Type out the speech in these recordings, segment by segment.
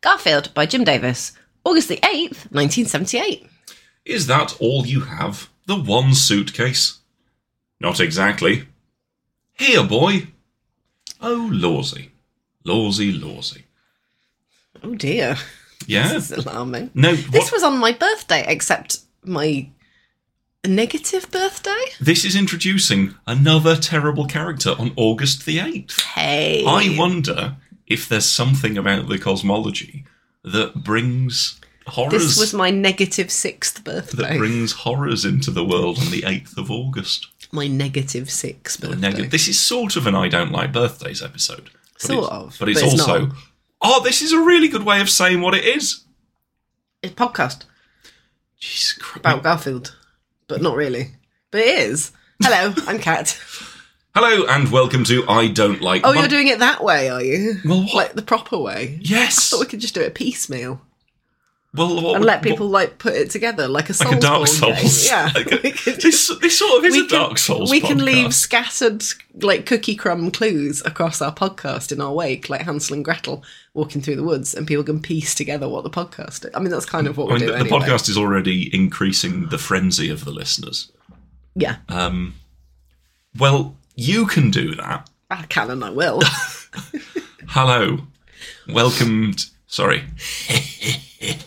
Garfield by Jim Davis, August the 8th, 1978. Is that all you have? The one suitcase? Not exactly. Here, boy. Oh, Lawsy. Lawsy, Lawsy. Oh dear. Yeah. This is alarming. No, This what, was on my birthday, except my negative birthday. this is introducing another terrible character on August the 8th. Hey. I wonder if there's something about the cosmology that brings horrors this was my negative sixth that birthday. brings horrors into the world on the 8th of August. my negative six The birthday. neg- this is sort of an I don't like birthdays episode. But Sort it's- of, But it's but it's also, not. oh, this is a really good way of saying what it is. It's a podcast Jesus Christ. about Garfield, but not really. But it is. Hello, I'm Kat. Hello and welcome to I Don't Like Oh, Mon- you're doing it that way, are you? Well, what- Like the proper way. Yes. Thought we could just do it piecemeal well, what, and let what- people like put it together like a Soulsborne like a Dark Souls. game. Yeah, Like a- We could this, this sort of is we a can- Dark Souls. We can leave podcast. scattered like cookie crumb clues across our podcast in our wake, like Hansel and Gretel walking through the woods, and people can piece together what the podcast. Is. I mean, that's kind of what I we mean, do. the, the anyway. podcast is already increasing the frenzy of the listeners. yeah, Well, you can do that. I can and I will. Uh, Hello. Welcome. t- sorry. Hello.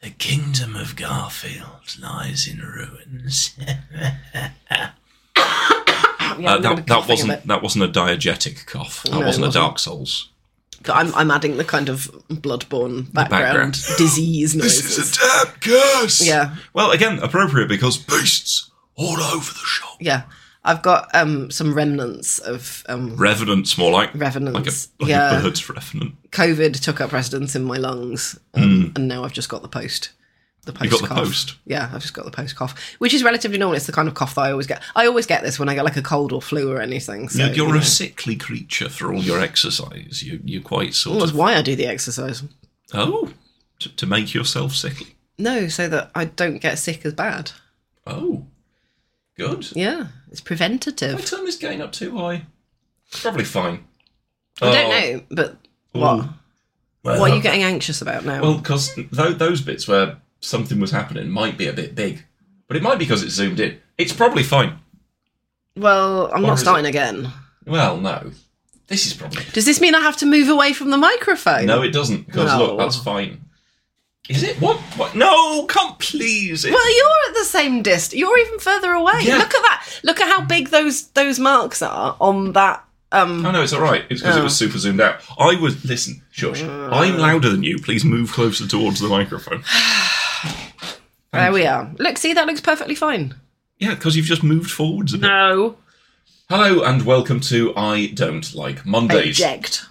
The kingdom of Garfield lies in ruins. Yeah, I'm gonna be Uh, that, coughing a that bit. wasn't that wasn't a diegetic cough. That No, it wasn't, a wasn't. Dark Souls. I'm, I'm adding the kind of bloodborne background, background. disease noises. This is a damn curse. Yeah. Well, again, appropriate because beasts all over the shop. yeah, I've got um, some remnants of um, Revenants, more like like a, revenants. like yeah, a bird's revenant. COVID took up residence in my lungs, um, and now I've just got the post. The post Hmm. You got the cough. post. Yeah, I've just got the post cough, which is relatively normal. It's the kind of cough that I always get. I always get this when I get like a cold or flu or anything. So You're, you're you know. a sickly creature for all your exercise. You you're quite sort That's of why I do the exercise. oh to, to make yourself sickly. No, so that I don't get sick as bad. Oh, good. Yeah, it's Have I preventative. turned this gain up too high? Probably fine. Oh, I don't know, but what? Ooh. What are you getting anxious about now? uh, Well, because those bits where something was happening might be a bit big, but it might be because it's zoomed in. It's probably fine. well, I'm or not is it- starting again. Well, no, this is probably Does this mean I have to move away from the microphone? no. It doesn't because No. look, that's fine. Is it? What? What? No! Come please. It- Well, you're at the same distance. You're even further away. Yeah. Look at that. Look at how big those those marks are on that. Um, Oh no, it's all right. It's because it was super zoomed out. I was listen, shush. I'm Mm. louder than you. Please move closer towards the microphone. there we are. Look, see, that looks perfectly fine. Yeah, because you've just moved forwards a bit. No. Hello and welcome to I Don't Like Mondays. Eject.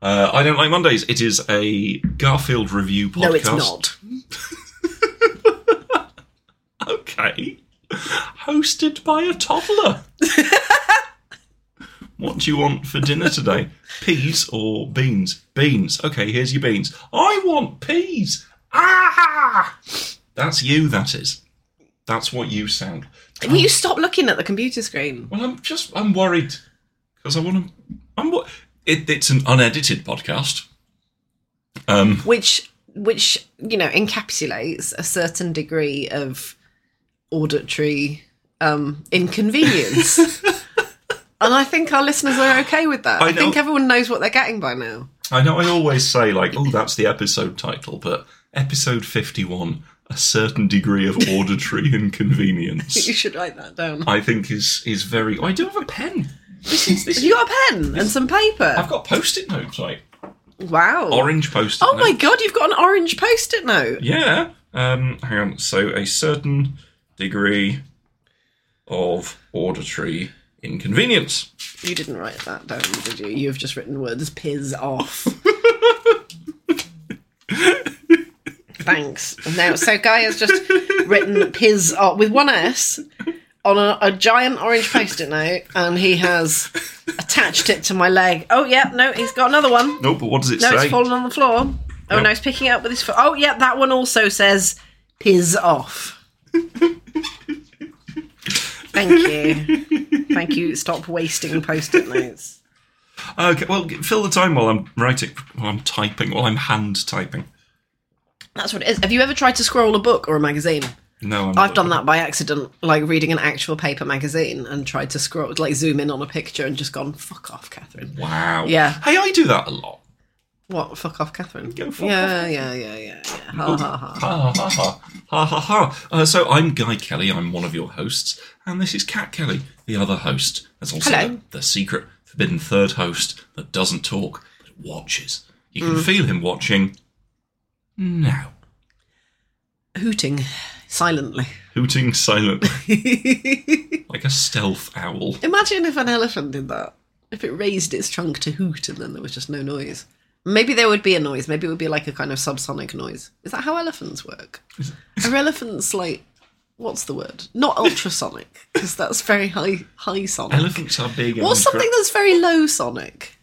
Uh, I Don't Like Mondays. It is a Garfield review podcast. No, it's not. Okay. Hosted by a toddler. what do you want for dinner today? Peas or beans? Beans. Okay, here's your beans. I want peas. Ah! That's you, that is. That's what you sound. Will you stop looking at the computer screen? Well, I'm just, I'm worried. Because I want to, I'm, wo- it, it's an unedited podcast. Um, Which, which you know, encapsulates a certain degree of auditory um, inconvenience. and I think our listeners are okay with that. I I, think know. everyone knows what they're getting by now. I know I always say, like, oh, that's the episode title, but episode 51, a certain degree of auditory You inconvenience, should write that down. I think is is very. I do have a pen. This is this. Have you got a pen and some paper? I've got post it notes, like, Wow. orange post it Oh my god, you've got an orange post it note. Yeah. Um, hang on. So, a certain degree of auditory inconvenience. You didn't write that down, did you? You've just written words piss off. Thanks. Now, so Guy has just written piss off with one S on a, a giant orange post it note and he has attached it to my leg. Oh, yeah, no, he's got another one. No, but what does it No, say? it's fallen on the floor. Oh, no, he's picking it up with his foot. Oh, yeah, that one also says piss off. Thank you. Thank you. Stop wasting post it notes. Okay, well, g- fill the time while I'm writing, while I'm typing, while I'm hand typing. That's what it is. Have you ever tried to scroll a book or a magazine? No, I'm I've done that by accident, like reading an actual paper magazine and tried to scroll, like zoom in on a picture and just gone, fuck off, Catherine. Wow. Yeah. Hey, I do that a lot. What? Fuck off, Catherine. Go fuck yeah, yeah, yeah, yeah, yeah. Ha ha ha. Ha ha ha ha ha ha. Uh, so I'm Guy Kelly. I'm one of your hosts, and this is Cat Kelly, the other host. That's also Hello. The, the secret, forbidden third host that doesn't talk but watches. You Mm. can feel him watching. Now, Hooting silently. hooting silently like a stealth owl. Imagine if an elephant did that. If it raised its trunk to hoot and then there was just no noise. Maybe there would be a noise. Maybe it would be like a kind of subsonic noise. Is that how elephants work? Are elephants like what's the word? Not ultrasonic because that's very high high sonic. Elephants are big. and What's ultra- something that's very low sonic?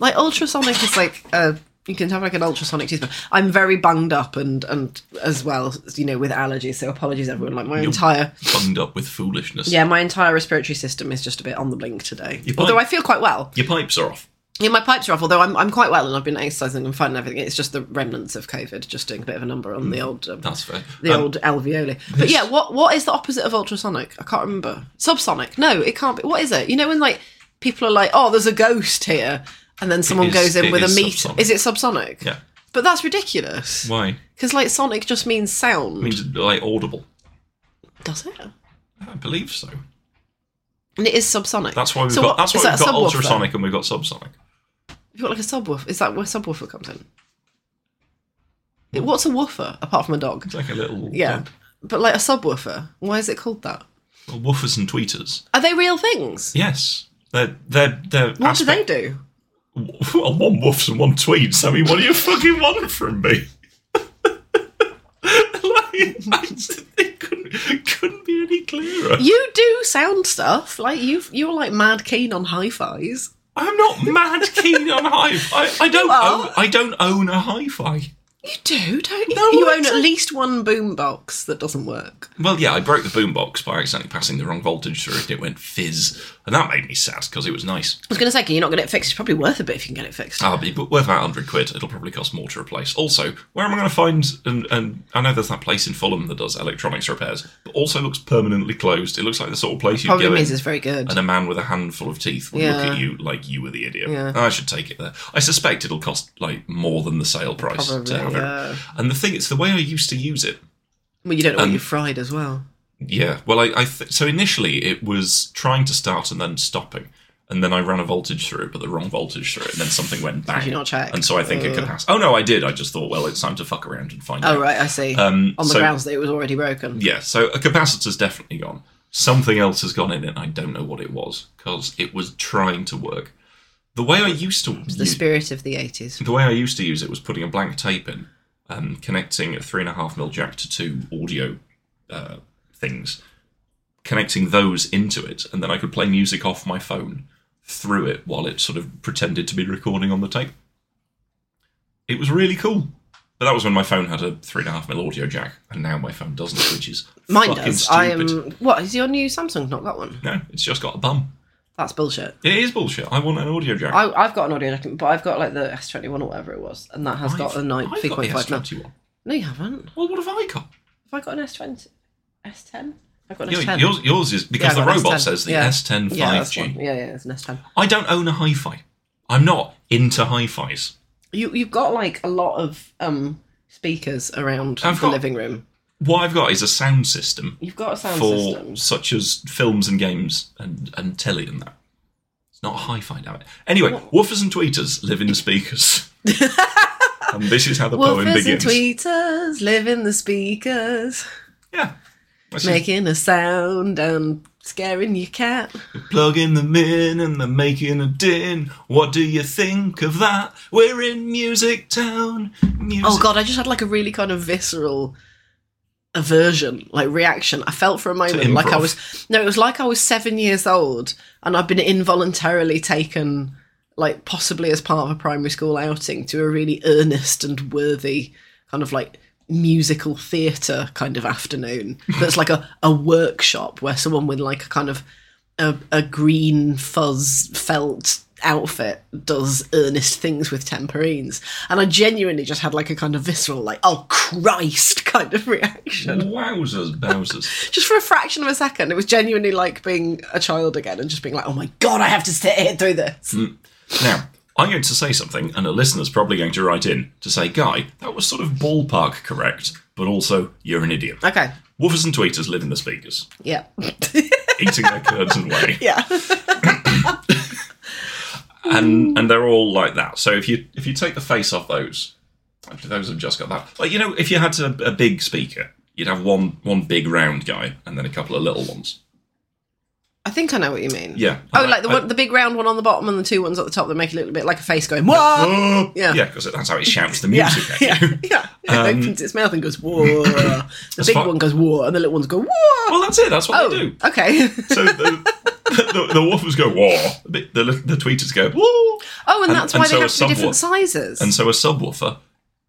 Like ultrasonic is like uh you can have like an ultrasonic tooth. I'm very bunged up and and as well you know with allergies. So apologies everyone. Like my entire bunged up with foolishness? yeah, my entire respiratory system is just a bit on the blink today. Your pipe- Although I feel quite well. Your pipes are off. Yeah, my pipes are off. Although I'm, I'm quite well and I've been exercising and fine and everything. It's just the remnants of COVID, just doing a bit of a number on Mm. the old um, That's fair. the Um, old alveoli. But yeah, what what is the opposite of ultrasonic? I can't remember. Subsonic? No, it can't be. What is it? You know when like people are like, oh, there's a ghost here, and then someone is- goes in it with a is meter. subsonic. Is it subsonic? Yeah. But that's ridiculous. Why? Because like sonic just means sound. I mean, like audible. Does it? I believe so. And it is subsonic. That's why we've So got. what- that's why is we've that a got subwoofer? ultrasonic and we've got subsonic. You've got like a subwoofer. Is that where subwoofer comes in? It- What's a woofer apart from a dog? It's like a little uh, Yeah. But like a subwoofer, why is it called that? Well, woofers and tweeters. Are they real things? Yes, they're they're they're. What do they do? do? Well, one woofs and one tweets. I mean, what do you fucking want from me? like, I just- it couldn't, couldn't be any clearer. You do sound stuff. Like you you're like mad keen on hi fis. I'm not mad keen on hive. I, I don't. You are. Own, I don't own a hi-fi. You do, don't you? No, you I own at don't. least one boombox that doesn't work. Well, yeah, I broke the boombox by accidentally passing the wrong voltage through it. and It went fizz, and that made me sad because it was nice. I was gonna say, can you not get it fixed? It's probably worth a bit if you can get it fixed. I'll be worth about 100 quid. It'll probably cost more to replace. Also, where am I going to find? And, and I know there's that place in Fulham that does electronics repairs, but also looks permanently closed. It looks like the sort of place you Probably go means in, it's very good. and a man with a handful of teeth will look Yeah. at you like you were the idiot. Yeah. I should take it there. I suspect it'll cost like more than the sale price Probably, to have yeah. it. And the thing is, the way I used to use it. Well you don't know Um, what you fried as well. Yeah. Well, I, I th- so initially it was trying to start and then stopping. And then I ran a voltage through it, but the wrong voltage through it, and then something went bang. you not check? Uh. And so I think it could pass. Oh no, I did. I just thought, well, it's time to fuck around and find Oh out. right, I see. Um, on the so- grounds that it was already broken. Yeah. So a capacitor's definitely gone. Something else has gone in it. and I don't know what it was because it was trying to work. The way I used to The use, spirit of the eighties. the way I used to use it was putting a blank tape in, um, connecting a three and a half mil jack to two audio uh, things, connecting those into it, and then I could play music off my phone through it while it sort of pretended to be recording on the tape. It was really cool. But that was when my phone had a three and a half mil audio jack, and now my phone doesn't, which is Mine fucking does. stupid. I am what, is your new Samsung not that one? No, it's just got a bum. That's bullshit. It is bullshit. I want an audio jack. I, I've got an audio jack, but I've got like the S21 or whatever it was, and that has got a I've- nine I've three got the point five. No, S21. no, you haven't. Well, what have I got? Have I got an S20? S10? I've got an Yeah, S10. yours, yours is because Yeah, I the got robot S10. says the Yeah. S10 yeah, that's 5G. one. yeah, yeah, it's an S10. I don't own a hi-fi. I'm not into hi-fis. You, you've got like a lot of um speakers around I've the got- living room. What I've got is a sound system You've got a sound for system. such as films and games and, and telly and that. It's not hi-fi, damn it. Anyway, woofers and tweeters live in the speakers. and this is how the poem Woofers and begins. tweeters live in the speakers, yeah. This is- making a sound and scaring your cat. Plugging them in and they're making a din. What do you think of that? We're in Music Town. Music Oh god, I just had like a really kind of visceral aversion, like reaction. I felt for a moment like I improv. was no, it was like I was seven years old and I'd been involuntarily taken, like possibly as part of a primary school outing, to a really earnest and worthy kind of like musical theatre kind of afternoon. That's like a, a workshop where someone with like a kind of a, a green fuzz felt outfit does earnest things with tambourines. And I genuinely just had like a kind of visceral, like, oh Christ kind of reaction. Wowzers, bowsers. Just for a fraction of a second, it was genuinely like being a child again and just being like, oh my God, I have to sit here through this. Mm. now, I'm going to say something, and a listener's probably going to write in to say, Guy, that was sort of ballpark correct, but also you're an idiot. Okay. Woofers and tweeters live in the speakers, Yeah. eating their curds and whey. yeah. and and they're all like that. So if you if you take the face off those, actually those have just got that. Like you know, if you had a, a big speaker, you'd have one one big round guy and then a couple of little ones. I think I know what you mean. Yeah. Oh, like the, I- one, the big round one on the bottom and the two ones at the top that make a little bit like a face going, whoa! Oh! Yeah. yeah, because that's how it shouts the Yeah, music yeah, at you. yeah. it opens its mouth and goes, whoa. The big Um, fine. one goes, whoa, and the little ones go, whoa. Well, that's it. That's what Oh. they do. okay. So the the, the woofers go whoa, the, bit- the the tweeters go whoa, Oh, and, And- that's and why so they have a to be different subwoofer. sizes. and so a subwoofer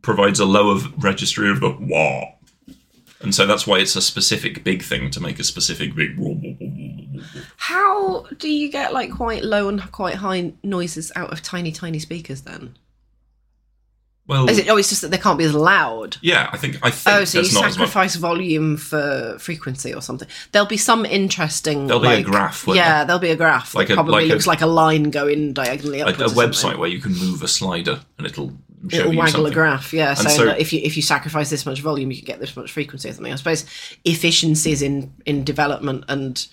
provides a lower v- registry of the whoa. And so that's why it's a specific big thing to make a specific big. whoa, whoa, whoa, whoa, whoa. How do you get like quite low and quite high noises out of tiny, tiny speakers then? Well, Is it, oh, it's just that they can't be as loud. Yeah, I think I think Oh, so you there's not as much. sacrifice volume for frequency or something. There'll be some interesting. There'll be a like, graph, won't yeah, there'll be a graph. Like Like a- probably like a- looks like a line going diagonally A, upwards. a or something. website where you can move a slider and it'll show It'll you waggle something. a graph, yeah. So, so- that if you if you sacrifice this much volume, you can get this much frequency or something. I suppose efficiencies in in development and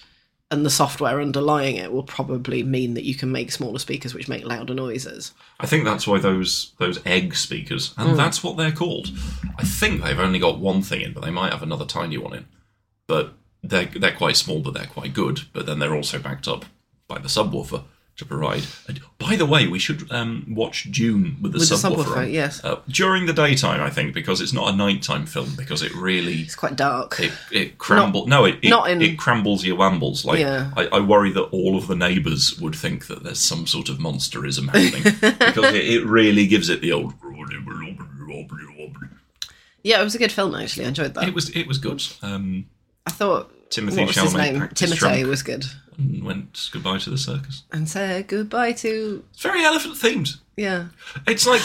and the software underlying it will probably mean that you can make smaller speakers which make louder noises. I think that's why those those egg speakers, and that's what they're called. I think they've only got one thing in, but they might have another tiny one in. But they're they're quite small, but they're quite good. But then they're also backed up by the subwoofer to provide. And by the way, we should um, watch June with the With the subwoofer. subwoofer, on. yes. Uh, during the daytime, I think, because it's not a nighttime film, because it really It's quite dark. it, it crumbles. No, it it, not in- it crumbles your wambles. Like Yeah. I, I worry that all of the neighbours would think that there's some sort of monsterism happening because it, it really gives it the old. Yeah, it was a good film actually. I enjoyed that. It was it was good. Um, I thought Timothy what was his Chalamet name? packed his Timothy trunk. was good. and went goodbye to the circus. And said goodbye to It's very elephant themed. yeah. It's like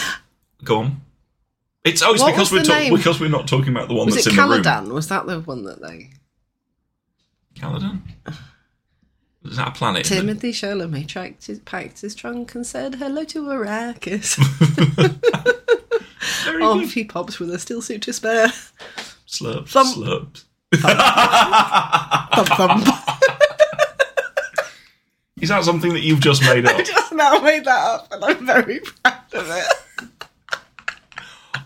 go on. It's oh, it's What was because we're the talk- name? because we're not talking about the one Was that's it in the room. Caladan? Was that the one that they Caladan. Is that a planet? in the- Timothy Chalamet tracked his, packed his trunk and said hello to Arrakis. Very good. Off he pops with a steel suit to spare. Slurp. Thump. Slurp. Thump thump. Is that something that you've just made up? I just now made that up, and I'm very proud of it.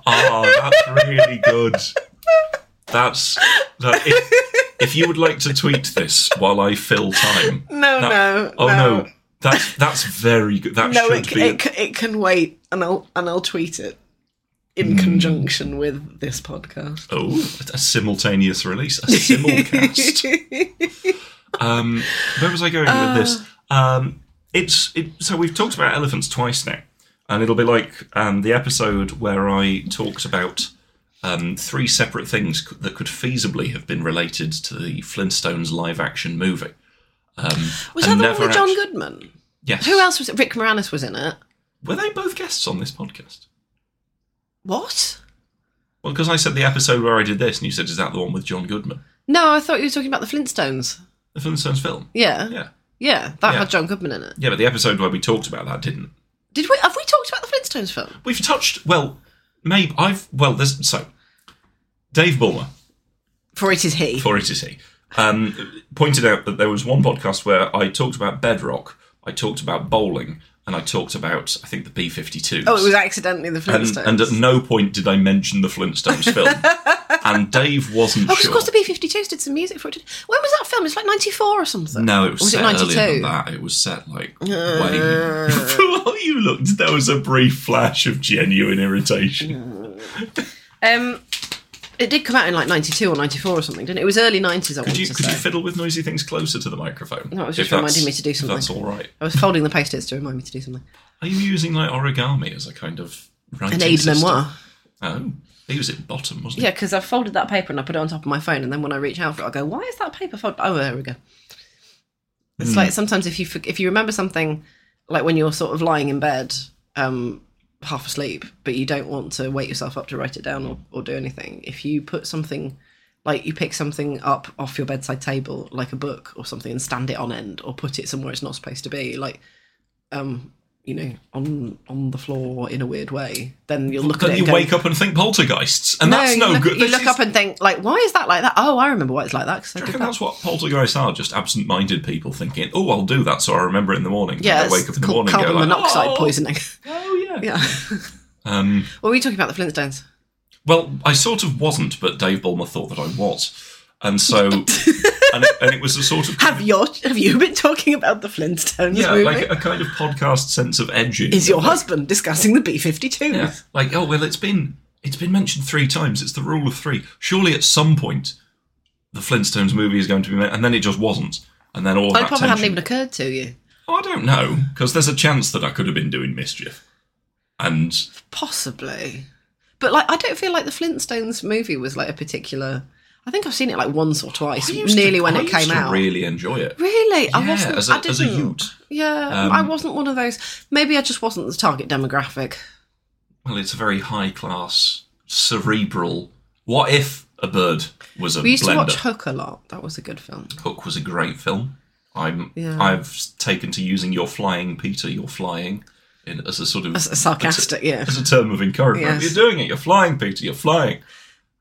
Oh, that's really good. That's that. If, if you would like to tweet this while I fill time, No, no, that- oh no. no. that's that's very good. That No, should it, be. it c- it can wait, and I'll and I'll tweet it in Hmm. conjunction with this podcast. Oh, a simultaneous release, a simulcast. um, where was I going with this? Uh. Um, it's it, so we've talked about elephants twice now, and it'll be like um, the episode where I talked about um, three separate things c- that could feasibly have been related to the Flintstones live-action movie. Um, Was that and the one never with John act- Goodman? Yes. Who else was it? Rick Moranis was in it. Were they both guests on this podcast? What? Well, because I said the episode where I did this, and you said, "Is that the one with John Goodman?" No, I thought you were talking about the Flintstones. The Flintstones film. Yeah, yeah, Yeah. that Yeah. had John Goodman in it. Yeah, but the episode where we talked about that didn't. Did we? Have we talked about the Flintstones film? We've touched. Well, maybe I've. Well, there's so. Dave Bulmer, For it is he. for it is he, um, pointed out that there was one podcast where I talked about Bedrock, I talked about bowling, and I talked about I think the B 52s oh, it was accidentally the and, Flintstones. and uh, at no point did I mention the Flintstones film. and Dave wasn't Oh, 'cause sure. of course the B 52s did some music for it. didn't- When was that film? It's like 94 or something. No, it was, Was it Uh. set earlier 92? than that. It was set like way. Before you looked, there was a brief flash of genuine irritation. Um, it did come out in like 92 or 94 or something, didn't it? It was early 90s, I want Could you to could say. you fiddle with noisy things closer to the microphone? No, it was If just reminding that's- me to do if That's all right. I was folding the post its to remind me to do something. Are you using like origami as a kind of writing An aid system? memoir. Oh, he was at bottom, wasn't Yeah, because I folded that paper and I put it on top of my phone, and then when I reach out for it, I go, "Why Hmm. is that paper folded?" Oh, there we go. It's like sometimes if you forg- if you remember something like when you're sort of lying in bed, um, half asleep, but you don't want to wake yourself up to write it down or, or do anything. If you put something, like you pick something up off your bedside table, like a book or something, and stand it on end or put it somewhere it's not supposed to be, like, um, you know, on on the floor in a weird way, then you'll look at Then it. you and go, wake up and think poltergeists, and that's you no look, good. You This look is- up and think, like, why is that like that? Oh, I remember why it's like that because I I did reckon that. that's what poltergeists are, just absent minded people thinking, oh, I'll do that so I remember it in the morning. And Yeah, they it's wake up in the called morning carbon and go, like, monoxide oh, poisoning. Oh, yeah. yeah. Um, What were you talking about? The Flintstones. well, I sort of wasn't, but Dave Bulmer thought that I was. And so, and, it, and it was a sort of. Have your have you been talking about the Flintstones yeah, movie? like a kind of podcast sense of edging. Is your husband discussing the B fifty two? Yeah. Like, oh well, it's been it's been mentioned three times. It's the rule of three. Surely at some point, the Flintstones movie is going to be made, and then it just wasn't. And then all I that probably hadn't tension- Oh, even occurred to you. I don't know because there's a chance that I could have been doing mischief, and Possibly. But like I don't feel like the Flintstones movie was like a particular I think I've seen it like once or twice, I used nearly to, when I it used came to out. Really enjoy it. Really? I Yeah, wasn't as a- I didn't as a youth. Yeah. Um, I wasn't one of those maybe I just wasn't the target demographic. Well, it's a very high class, cerebral. What if a bird was a We used blender? to watch Hook a lot. That was a good film. Hook was a great film. I'm Yeah. I've taken to using your flying Peter, you're flying in as a sort of That's sarcastic, yeah. as a term of Yes. encouragement. You're doing it, you're flying Peter, you're flying.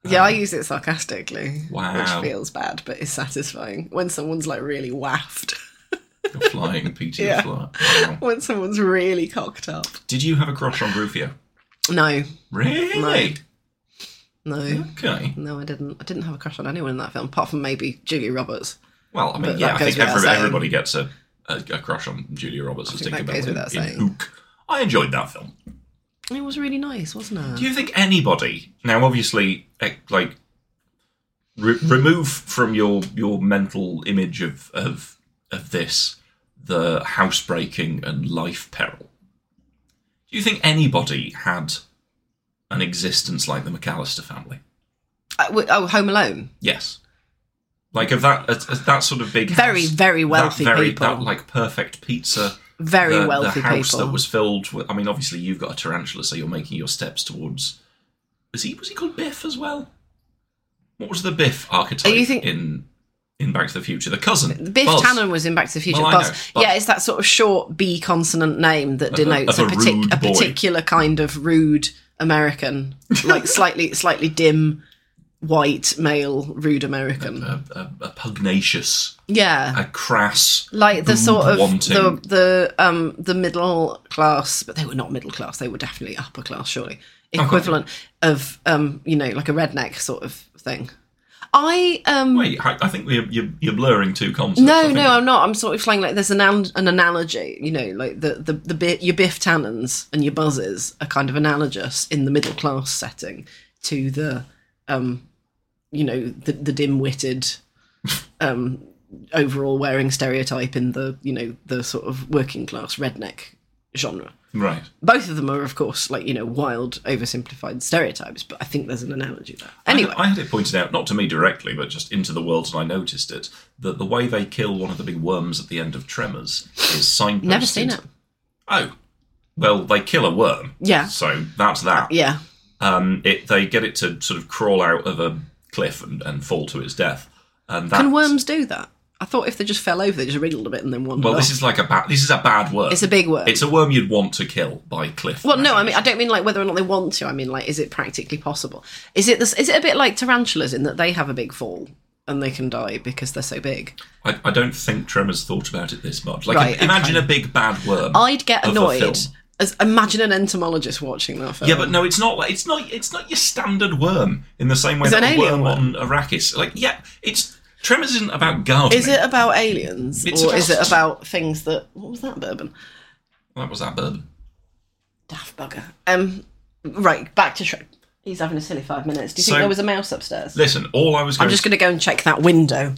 Yeah, I use it sarcastically. Um, Wow. Which feels bad but is satisfying. When someone's like really waffed. You're flying Peter, Yeah. you're flying. Wow. when someone's really cocked up. Did you have a crush on Rufio? No. Really? No. Okay. No, I didn't. I didn't have a crush on anyone in that film, apart from maybe Julia Roberts. Well, I mean, But yeah, I that goes think without every, saying. everybody gets a, a, a crush on Julia Roberts as think that Tinker Bell goes in- without in saying. Hook. I enjoyed that film. It was really nice, wasn't Do it? you think anybody now? Obviously, eh, like re- remove from your your mental image of of of this the housebreaking and life peril. Do you think anybody had an existence like the McAllister family? Uh, w- oh, Home Alone. Yes, like of that of that sort of big Very, house, very wealthy that very, people. that like perfect pizza very the, wealthy the house people. that was filled with. I mean, obviously you've got a tarantula, so you're making your steps towards. Was he was he called Biff as well? What was the Biff archetype you think- in in Back to the Future? The cousin Biff Buzz, Tannen was in Back to the Future. Well, I Buzz. know, Buzz. Yeah, it's that sort of short B consonant name that Of a- denotes of a, a partic- rude a boy. particular kind of rude American, like slightly, slightly dim, white male, rude American. a, a, a pugnacious, yeah, a crass, like the rude sort of wanting. the the um the middle class, but they were not middle class. They were definitely upper class, surely equivalent of um you know like a redneck sort of thing. I um Wait, I, I think we're, you're, you're blurring two concepts. I no think no I'm not. I'm sort of saying like there's an an, an analogy. You know like the the the bi- your Biff Tannens and your Buzzes are kind of analogous in the middle class setting to the um you know the the dim witted um, overall wearing stereotype in the you know the sort of working class redneck genre. Right. Both of them are, of course, like you know, wild, oversimplified stereotypes. But I think there's an analogy there. I had- Anyway, I had it pointed out, not to me directly, but just into the world, and I noticed it that the way they kill one of the big worms at the end of Tremors is signposted. never seen it. Oh, well, they kill a worm. Yeah. So that's that. Yeah, Um, it they get it to sort of crawl out of a cliff and, and fall to its death. And that can worms do that? I thought if they just fell over, they just wriggled a bit and then wandered Well, off. this is like a bad. This is a bad worm. it's a big worm. It's a worm you'd want to kill by cliff. well, no, I mean, I don't mean like whether or not they want to. I mean, like, is it practically possible? Is it this? Is it a bit like tarantulas in that they have a big fall and they can die because they're so big? I, I don't think Tremors thought about it this much. Like, Right, imagine a big bad worm. I'd get of a annoyed. film. As imagine an entomologist watching that film. Yeah, but no, it's not. like It's not. It's not your standard worm in the same way It's that an a worm, alien on Arrakis. Like, yeah, it's Tremors isn't about gardening. Is it about aliens It's or about- is it about things that what was that bourbon? That was that bird. Daft bugger. Um, right back to Shrek. He's having a silly five minutes. Do you So- think there was a mouse upstairs? Listen, all I was. Going I'm just going to go and check that window.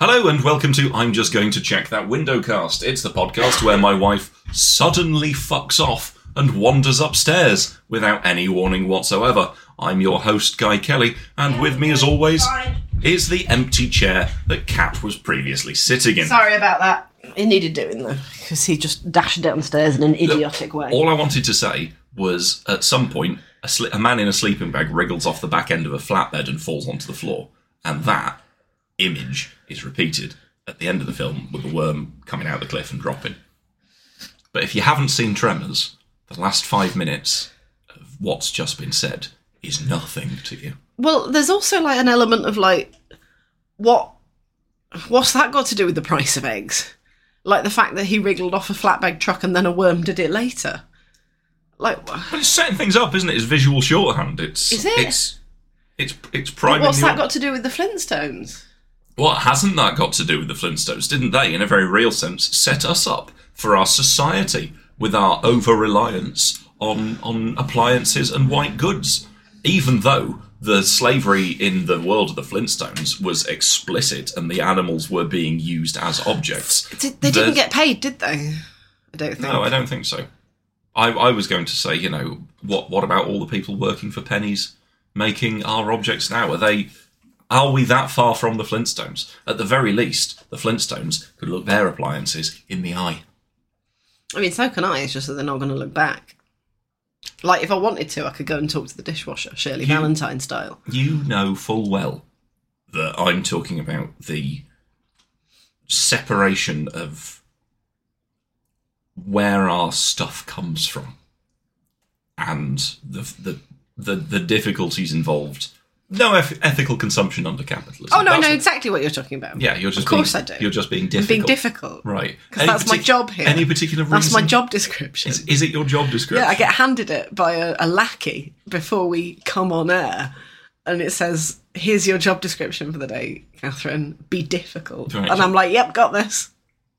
Hello and welcome to I'm Just Going to Check That Window Cast. It's the podcast where my wife suddenly fucks off and wanders upstairs without any warning whatsoever. I'm your host, Guy Kelly, and with me as always is the empty chair that Cat was previously sitting in. Sorry about that. It needed doing though, because he just dashed downstairs in an idiotic way. All I wanted to say was at some point, a, sli- a man in a sleeping bag wriggles off the back end of a flatbed and falls onto the floor. And that image is repeated at the end of the film with the worm coming out the cliff and dropping. But if you haven't seen Tremors, the last five minutes of what's just been said is nothing to you. Well, there's also like an element of like, what, what's that got to do with the price of eggs? Like the fact that he wriggled off a flatbed truck and then a worm did it later. Like, wha- But it's setting things up, isn't it? It's visual shorthand. It's Is it? It's it's it's priming. what's the that got to do with the Flintstones? What hasn't that got to do with the Flintstones? Didn't they, in a very real sense, set us up for our society with our over reliance on, on appliances and white goods? Even though the slavery in the world of the Flintstones was explicit and the animals were being used as objects. Did, they didn't There's- get paid, did they? I don't think. No, I don't think so. I, I was going to say, you know, what what about all the people working for pennies making our objects now? Are they are we that far from the Flintstones? At the very least, the Flintstones could look their appliances in the eye. I mean, so can I. It's just that they're not going to look back. Like, if I wanted to, I could go and talk to the dishwasher, Shirley Valentine style. You know full well that I'm talking about the separation of where our stuff comes from and the the the, the difficulties involved. No eth- ethical consumption under capitalism. Oh no, I That's know what- exactly what you're talking about. Yeah, you're just Of course being, I do. You're just being I'm difficult. being difficult. right? 'Cause Any that's my partic- job here. Any particular reason? That's my job description. Is, is it your job description? yeah, I get handed it by a, a lackey before we come on air, and it says, "Here's your job description for the day, Catherine. Be difficult." Right. And I'm like, "Yep, got this."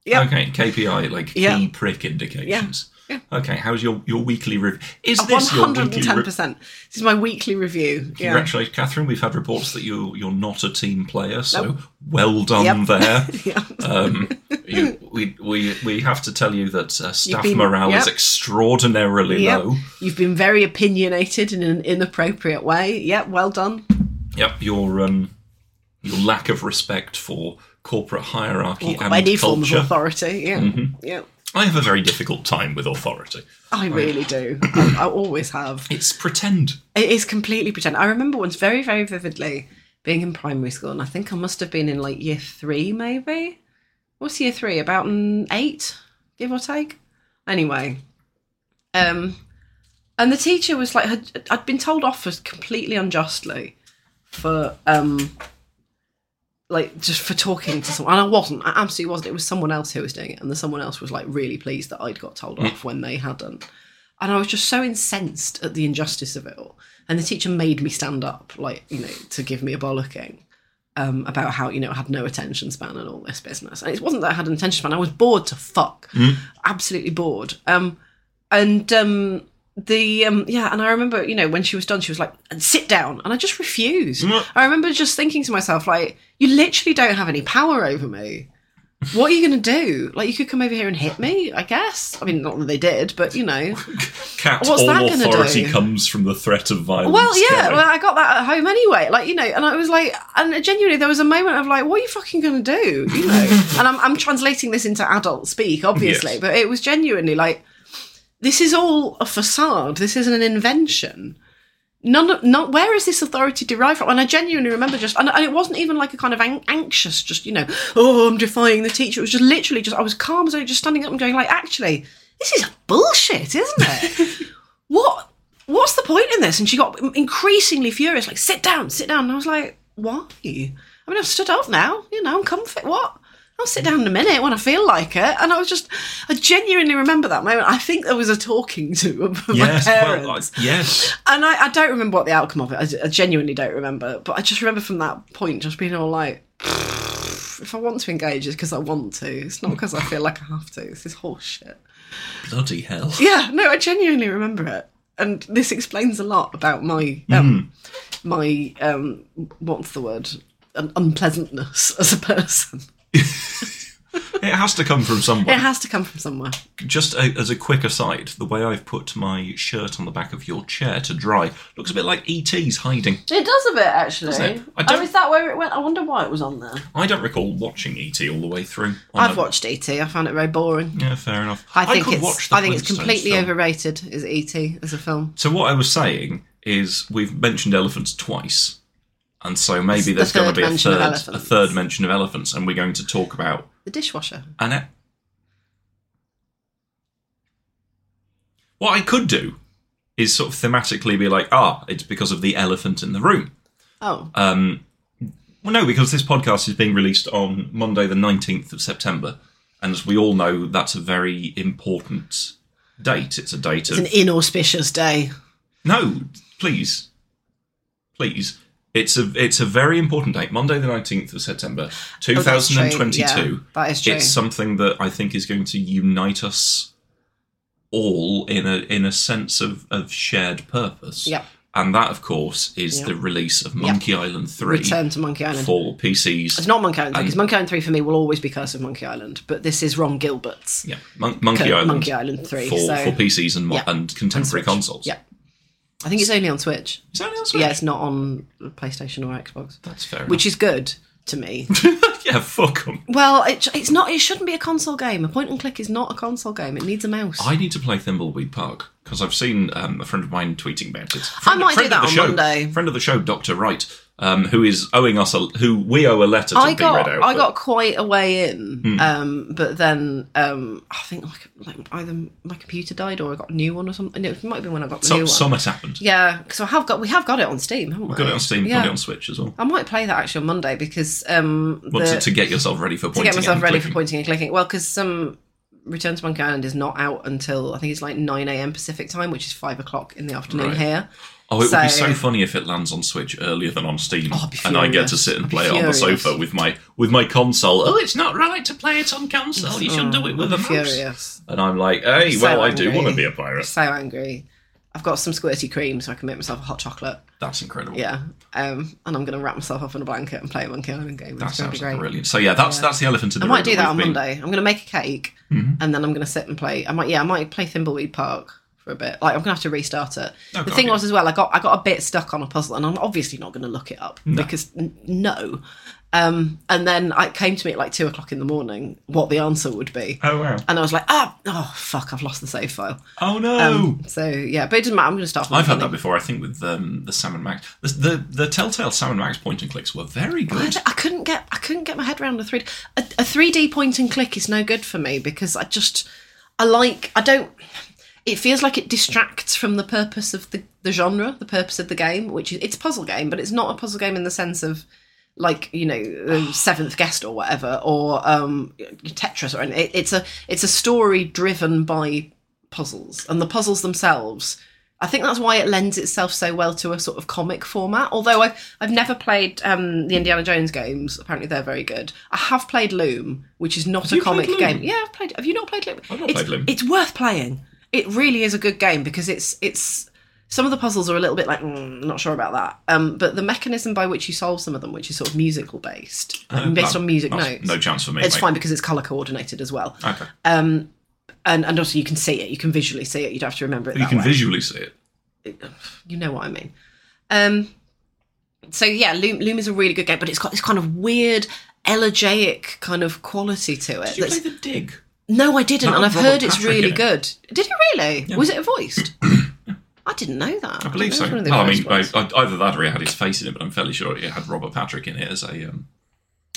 Yep. Okay, KPI like Yeah. key prick indications. Yeah. Okay, how's your your weekly review? Is One this your hundred weekly and ten re- percent. This is my weekly review. Yeah. Congratulations, Catherine. We've had reports that you you're not a team player, so well Yep. done there. yeah. Um, you, we we we have to tell you that uh, staff been- morale is yep. extraordinarily Yep. low. You've been very opinionated in an inappropriate way. Yep. Well done. Yep, your um your lack of respect for corporate hierarchy and Any form of culture. Mm-hmm. authority. Yeah. Yeah. I have a very difficult time with authority. I really do. I, I always have. It's pretend. It is completely pretend. I remember once very, very vividly being in primary school, and I think I must have been in like year three, maybe. What's year three? About mm, eight, give or take. Anyway, um, and the teacher was like, had, I'd been told off as completely unjustly for um, like just for talking to someone, and I wasn't. I absolutely wasn't. It was someone else who was doing it, and the someone else was like really pleased that I'd got told off when they hadn't and I was just so incensed at the injustice of it all. And the teacher made me stand up, like you know, to give me a bollocking um, about how you know I had no attention span and all this business. And it wasn't that I had an attention span; I was bored to fuck, absolutely bored. Um, and um, the um, yeah, and I remember you know when she was done, she was like, "Sit down," and I just refused. Mm. I remember just thinking to myself, like, "You literally don't have any power over me." What are you going to do? Like, you could come over here and hit me, I guess. I mean, not that they did, but you know. Cat What's that all gonna authority do? comes from the threat of violence. Well, yeah, Gary. well, I got that at home anyway. Like, you know, and I was like, and genuinely, there was a moment of like, what are you fucking going to do? You know, and I'm, I'm translating this into adult speak, obviously, Yes. but it was genuinely like, this is all a facade. This isn't an invention. None, of, not where is this authority derived from? And I genuinely remember just, and, and it wasn't even like a kind of an- anxious, just you know, oh, I'm defying the teacher. It was just literally just, I was calm as I was just standing up and going like, actually, this is bullshit, isn't it? what what's the point in this? And she got increasingly furious, like, sit down, sit down. And I was like, why? I mean, I've stood up now, you know, I'm comfy. What? I'll sit down in a minute when I feel like it. And I was just, I genuinely remember that moment. I think there was a talking to of my yes, parents. well, I- yes. and I, I don't remember what the outcome of it. I d- I, genuinely don't remember. But I just remember from that point just being all like, if I want to engage, it's because I want to. It's not because I feel like I have to. This is horseshit. Bloody hell. Yeah, no, I genuinely remember it, and this explains a lot about my um, Mm-hmm. my um, what's the word? An unpleasantness as a person. Yeah, It has to come from somewhere. It has to come from somewhere. Just a, as a quick aside, the way I've put my shirt on the back of your chair to dry looks a bit like ET's hiding. It does a bit, actually. Doesn't it? I don't- Oh, is that where it went? I wonder why it was on there. I don't recall watching ET all the way through. I I've know- watched ET. I found it very boring. Yeah, fair enough. I think could it's watch the I think it's Flintstones completely film. overrated as ET as a film. So what I was saying is we've mentioned elephants twice, and so maybe the there's going third to be a mention of third, a elephants. third mention of elephants, and we're going to talk about The dishwasher. an. E- what I could do is sort of thematically be like, ah, it's because of the elephant in the room. Oh, Um, well, no, because this podcast is being released on Monday, the 19th of September. And as we all know, that's a very important date. It's a date it's of. an inauspicious day. no, please. Please. It's a it's a very important date, Monday the 19th of September, Oh, that's true. 2022. Yeah, that is true. It's uh, something that I think is going to unite us all in a in a sense of, of shared purpose. Yep. And that, of course, is Yep. the release of Monkey Island 3 Return to Monkey Island. for PCs. It's not Monkey Island 3, because Monkey Island 3 for me will always be Curse of Monkey Island, but this is Ron Gilbert's Yeah, Mon- Monkey Cur- Island. Monkey Island 3. for, so for PCs and mo- Yeah. and contemporary consoles. Yeah. I think it's only on Switch. Is that on Switch? Yeah, it's not on PlayStation or Xbox, That's fair. which is good to me. enough. yeah, fuck 'em. well, it, it's not. It shouldn't be a console game. A point and click is not a console game. It needs a mouse. I need to play Thimbleweed Park because I've seen um, a friend of mine tweeting about it. I Friend, might do friend that of the on show, Monday. Friend of the show, Doctor Wright, um, who is owing us a who we owe a letter to I be got read out. I but- Hmm. got quite a way in, um, but then um, I think like, like either my computer died or I got a new one or something. No, It might have been when I got the some, new one. some has happened. Yeah, because I have got we have got it on Steam, haven't we? Got it on Steam. Yeah. Got it on Switch as well. I might play that actually on Monday because um, Well, the- to, to get yourself ready for to pointing. get myself and ready clicking. for pointing and clicking. Well, because some Return to Monkey Island is not out until I think it's like nine a.m. Pacific time, which is five o'clock in the afternoon Right. here. Oh, it would be So- so funny if it lands on Switch earlier than on Steam, I'll be and I get to furious. sit and I'll be play it on the furious. sofa with my with my console. Oh, it's not right to play it on console. You should do it with a I'm mouse. furious, And I'm like, hey, So well, I do angry. want to be a pirate. so angry. I've got some squirty cream, so I can make myself a hot chocolate. That's incredible. Yeah, um, and I'm going to wrap myself up in a blanket and play a Monkey Island game. That It's going to sounds be great. brilliant. So yeah, that's Yeah. that's the elephant in I the might room do that we've on been- Monday. I'm going to make a cake, Mhm. and then I'm going to sit and play. I might, yeah, I might play Thimbleweed Park for a bit. Like I'm going to have to restart it. Oh, the God, thing yeah. was as well, I got I got a bit stuck on a puzzle, and I'm obviously not going to look it up No. because n- no. Um, and then it came to me at like two o'clock in the morning what the answer would be, Oh wow! and I was like, ah, oh fuck, I've lost the save file. Oh no! Um, so yeah, but it doesn't matter. I'm going to start. from the I've had beginning. that before. I think with um, the Salmon Max, the, the the Telltale Salmon Max point and clicks were very I, good. d- I couldn't get I couldn't get my head around a three a, a 3D point and click is no good for me because I just I like I don't it feels like it distracts from the purpose of the, the genre the purpose of the game which is it's a puzzle game but it's not a puzzle game in the sense of like you know the seventh guest or whatever or um, Tetris or anything. It, it's a it's a story driven by puzzles and the puzzles themselves I think that's why it lends itself so well to a sort of comic format. Although I've I've never played um, the Indiana Jones games. Apparently they're very good. I have played Loom, which is not you a comic played Loom? game. Yeah, I've played. Have you not played Loom? I've not it's, played Loom. It's worth playing. It really is a good game because it's it's some of the puzzles are a little bit like mm, not sure about that. Um, but the mechanism by which you solve some of them, which is sort of musical based, based Uh, No, on music that's notes, No chance for me. it's mate. fine because it's color coordinated as well. Okay, Um, and and also you can see it. You can visually see it. You don't have to remember it. you that can way visually see it. you know what I mean. Um, so yeah, Loom, Loom is a really good game, but it's got this kind of weird elegiac kind of quality to it. Did you that's- play the Dig? no, I didn't, No, and I've Robert heard it's Patrick really in it. good. Did it really? Was it voiced? I didn't know that. I believe so. One of the Well, I voiced mean, I, ones. I, either that or it had his face in it, but I'm fairly sure it had Robert Patrick in it as a um,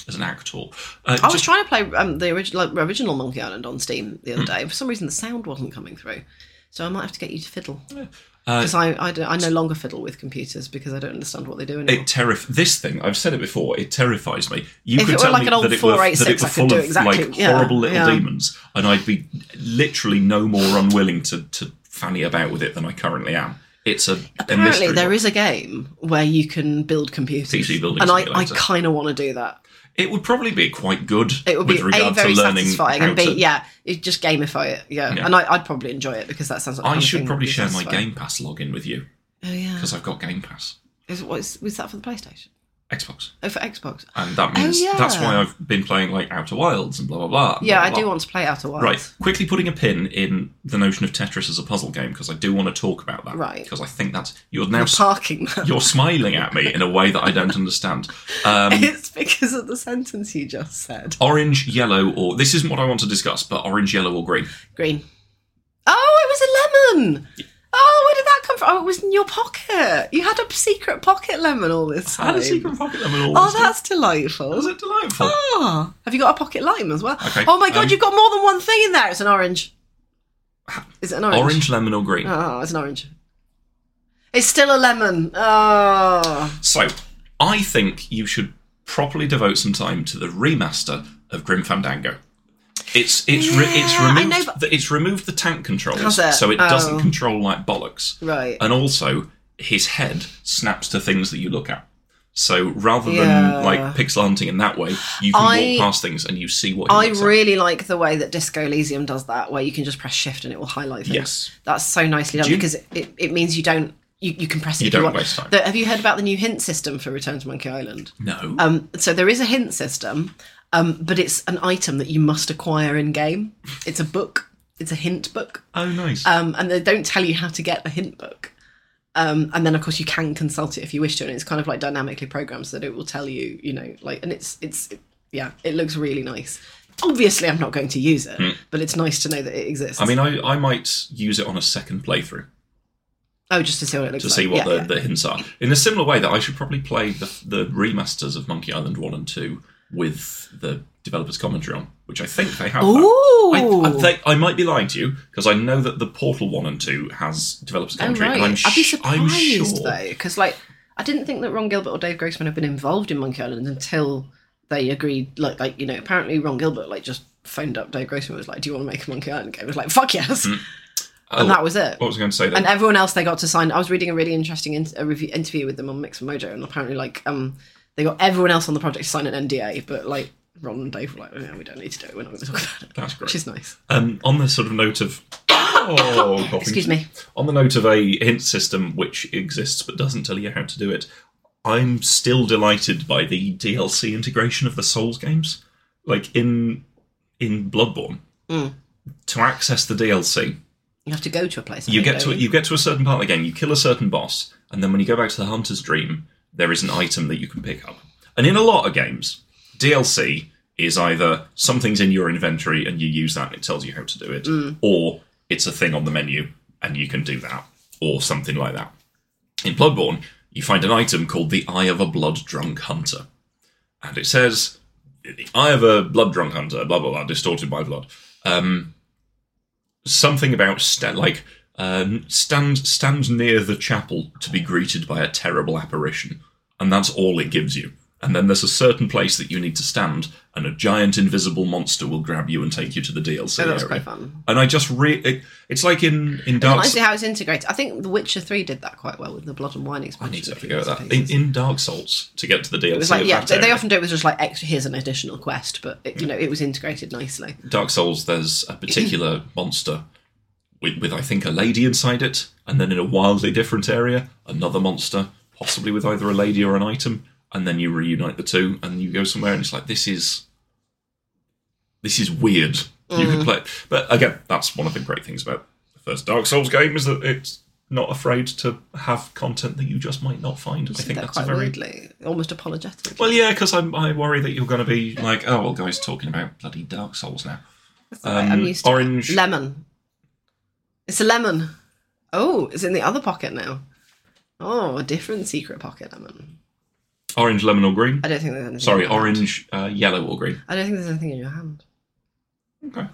as an actor. Uh, I was just- trying to play um, the original, like, original Monkey Island on Steam the other day, and for some reason the sound wasn't coming through. So I might have to get you to fiddle uh, because I, I, don't- I no longer fiddle with computers because I don't understand what they do anymore. It terrif- this thing. I've said it before. It terrifies me. You If could it were tell like me an old that it were, that it 486, were I could full do of exactly- like yeah, horrible little yeah. demons, and I'd be literally no more unwilling to, to fanny about with it than I currently am. It's a a Apparently, mystery. there is a game where you can build computers, PC building and I, I simulator. kind of want to do that. It would probably be quite good. It would be with a regard very to learning satisfying, and how b to- yeah, you just gamify it, yeah. Yeah. And I, I'd probably enjoy it because that sounds. like the I kind of should thing probably that share would be my satisfying. Game Pass login with you Oh yeah, because I've got Game Pass. is, what is, was that for the PlayStation? Xbox. Oh, for Xbox. And that means Oh, yeah. that's why I've been playing like Outer Wilds and blah blah blah. and Yeah, blah, I blah, do blah. want to play Outer Wilds. Right, quickly putting a pin in the notion of Tetris as a puzzle game because I do want to talk about that. Right. Because I think that's you're now s- Parking that. you're smiling at me in a way that I don't understand. Um, It's because of the sentence you just said. orange, yellow, or this isn't what I want to discuss, but orange, yellow, or green. Green. Oh, it was a lemon. Oh, where did that come from? Oh, it was in your pocket. You had a secret pocket lemon all this I time. had a secret pocket lemon. All oh, this time. that's delightful. was it delightful. Ah, have you got a pocket lime as well? Okay, Oh my god, um, you've got more than one thing in there. It's an orange. Is it an orange? Orange, lemon, or green. Oh, it's an orange. It's still a lemon. Oh, So, I think you should properly devote some time to the remaster of Grim Fandango. It's it's re- it's Yeah, I removed know, but- the, it's removed the tank controls, Has it? so it doesn't Oh. control like bollocks. right. And also, his head snaps to things that you look at. So rather Yeah. than like pixel hunting in that way, you can I- walk past things and you see what. He I looks at. really like the way that Disco Elysium does that, where you can just press shift and it will highlight things. Yes. That's so nicely done Do you- because it, it, it means you don't you, you can press it You if you don't want. waste time. The- have you heard about the new hint system for Return to Monkey Island? no. Um, so there is a hint system, um, but it's an item that you must acquire in game. It's a book. It's a hint book, oh, nice. um, and they don't tell you how to get the hint book. Um, and then, of course, you can consult it if you wish to, and it's kind of like dynamically programmed so that it will tell you, you know, like, and it's it's yeah, it looks really nice. Obviously, I'm not going to use it, but it's nice to know that it exists. Hmm. I mean, I, I might use it on a second playthrough. oh, just to see what it looks to like. see what Yeah, the, yeah. the hints are. In a similar way, that I should probably play the, the remasters of Monkey Island One and Two with the developers' commentary on, which I think they have. now. Ooh, I, I, think- I might be lying to you because I know that the Portal One and Two has developers' Oh, commentary, and I'm, I'd be sh- surprised I'm sure. though, because like I didn't think that Ron Gilbert or Dave Grossman had been involved in Monkey Island until they agreed. Like, like you know, apparently Ron Gilbert like just phoned up Dave Grossman and was like, "Do you want to make a Monkey Island game?" He was like, "Fuck yes," Oh, and that was it. what was I going to say? Then? And uh, everyone else they got to sign. I was reading a really interesting in- a review- interview with them on Mix and Mojo, and apparently like um they got everyone else on the project to sign an NDA, but like Ron and Dave were like, "No, we don't need to do it. We're not going to talk about it," That's which great. is nice. Um, on the sort of note of oh, coughing. Excuse me. On the note of a hint system which exists but doesn't tell you how to do it, I'm still delighted by the DLC integration of the Souls games. Like in in Bloodborne, Mm. to access the DLC, You have to go to a place. I you think, get don't to you get to a certain part of the game, you kill a certain boss, and then when you go back to the Hunter's Dream, there is an item that you can pick up. And in a lot of games, DLC is either something's in your inventory and you use that and it tells you how to do it, or it's a thing on the menu and you can do that, or something like that. In Bloodborne, you find an item called the Eye of a Blood Drunk Hunter. And it says, The Eye of a Blood Drunk Hunter, blah, blah, blah, distorted by blood. Um, something about, sta like, um, stand, stand near the chapel to be greeted by a terrible apparition. And that's all it gives you. And then there's a certain place that you need to stand, and a giant invisible monster will grab you and take you to the DLC Oh, that's area. quite fun. And I just re it, it's like in in Dark Honestly, how it's integrated. I think The Witcher Three did that quite well with the Blood and Wine I expansion. need to a few figure out years that ago. in, in Dark Souls to get to the DLC. It was like of yeah, that they, they area. often do it was just like extra. Here's an additional quest, but it, you know it was integrated nicely. Dark Souls. There's a particular monster with, with I think a lady inside it, and then in a wildly different area another monster, possibly with either a lady or an item, and then you reunite the two, and you go somewhere, and it's like this is this is weird. You could play, but again, that's one of the great things about the first Dark Souls game is that it's not afraid to have content that you just might not find. I think They're that's a quite very weirdly, almost apologetic. Well, yeah, because I I worry that you're going to be like, oh well, guys, talking about bloody Dark Souls now. Right, I'm used to it. um, orange. lemon. It's a lemon. Oh, it's in the other pocket now. Oh, a different secret pocket lemon. orange, lemon, or green. I don't think there's anything. Sorry, in your hand. orange, uh, yellow, or green. I don't think there's anything in your hand. Okay.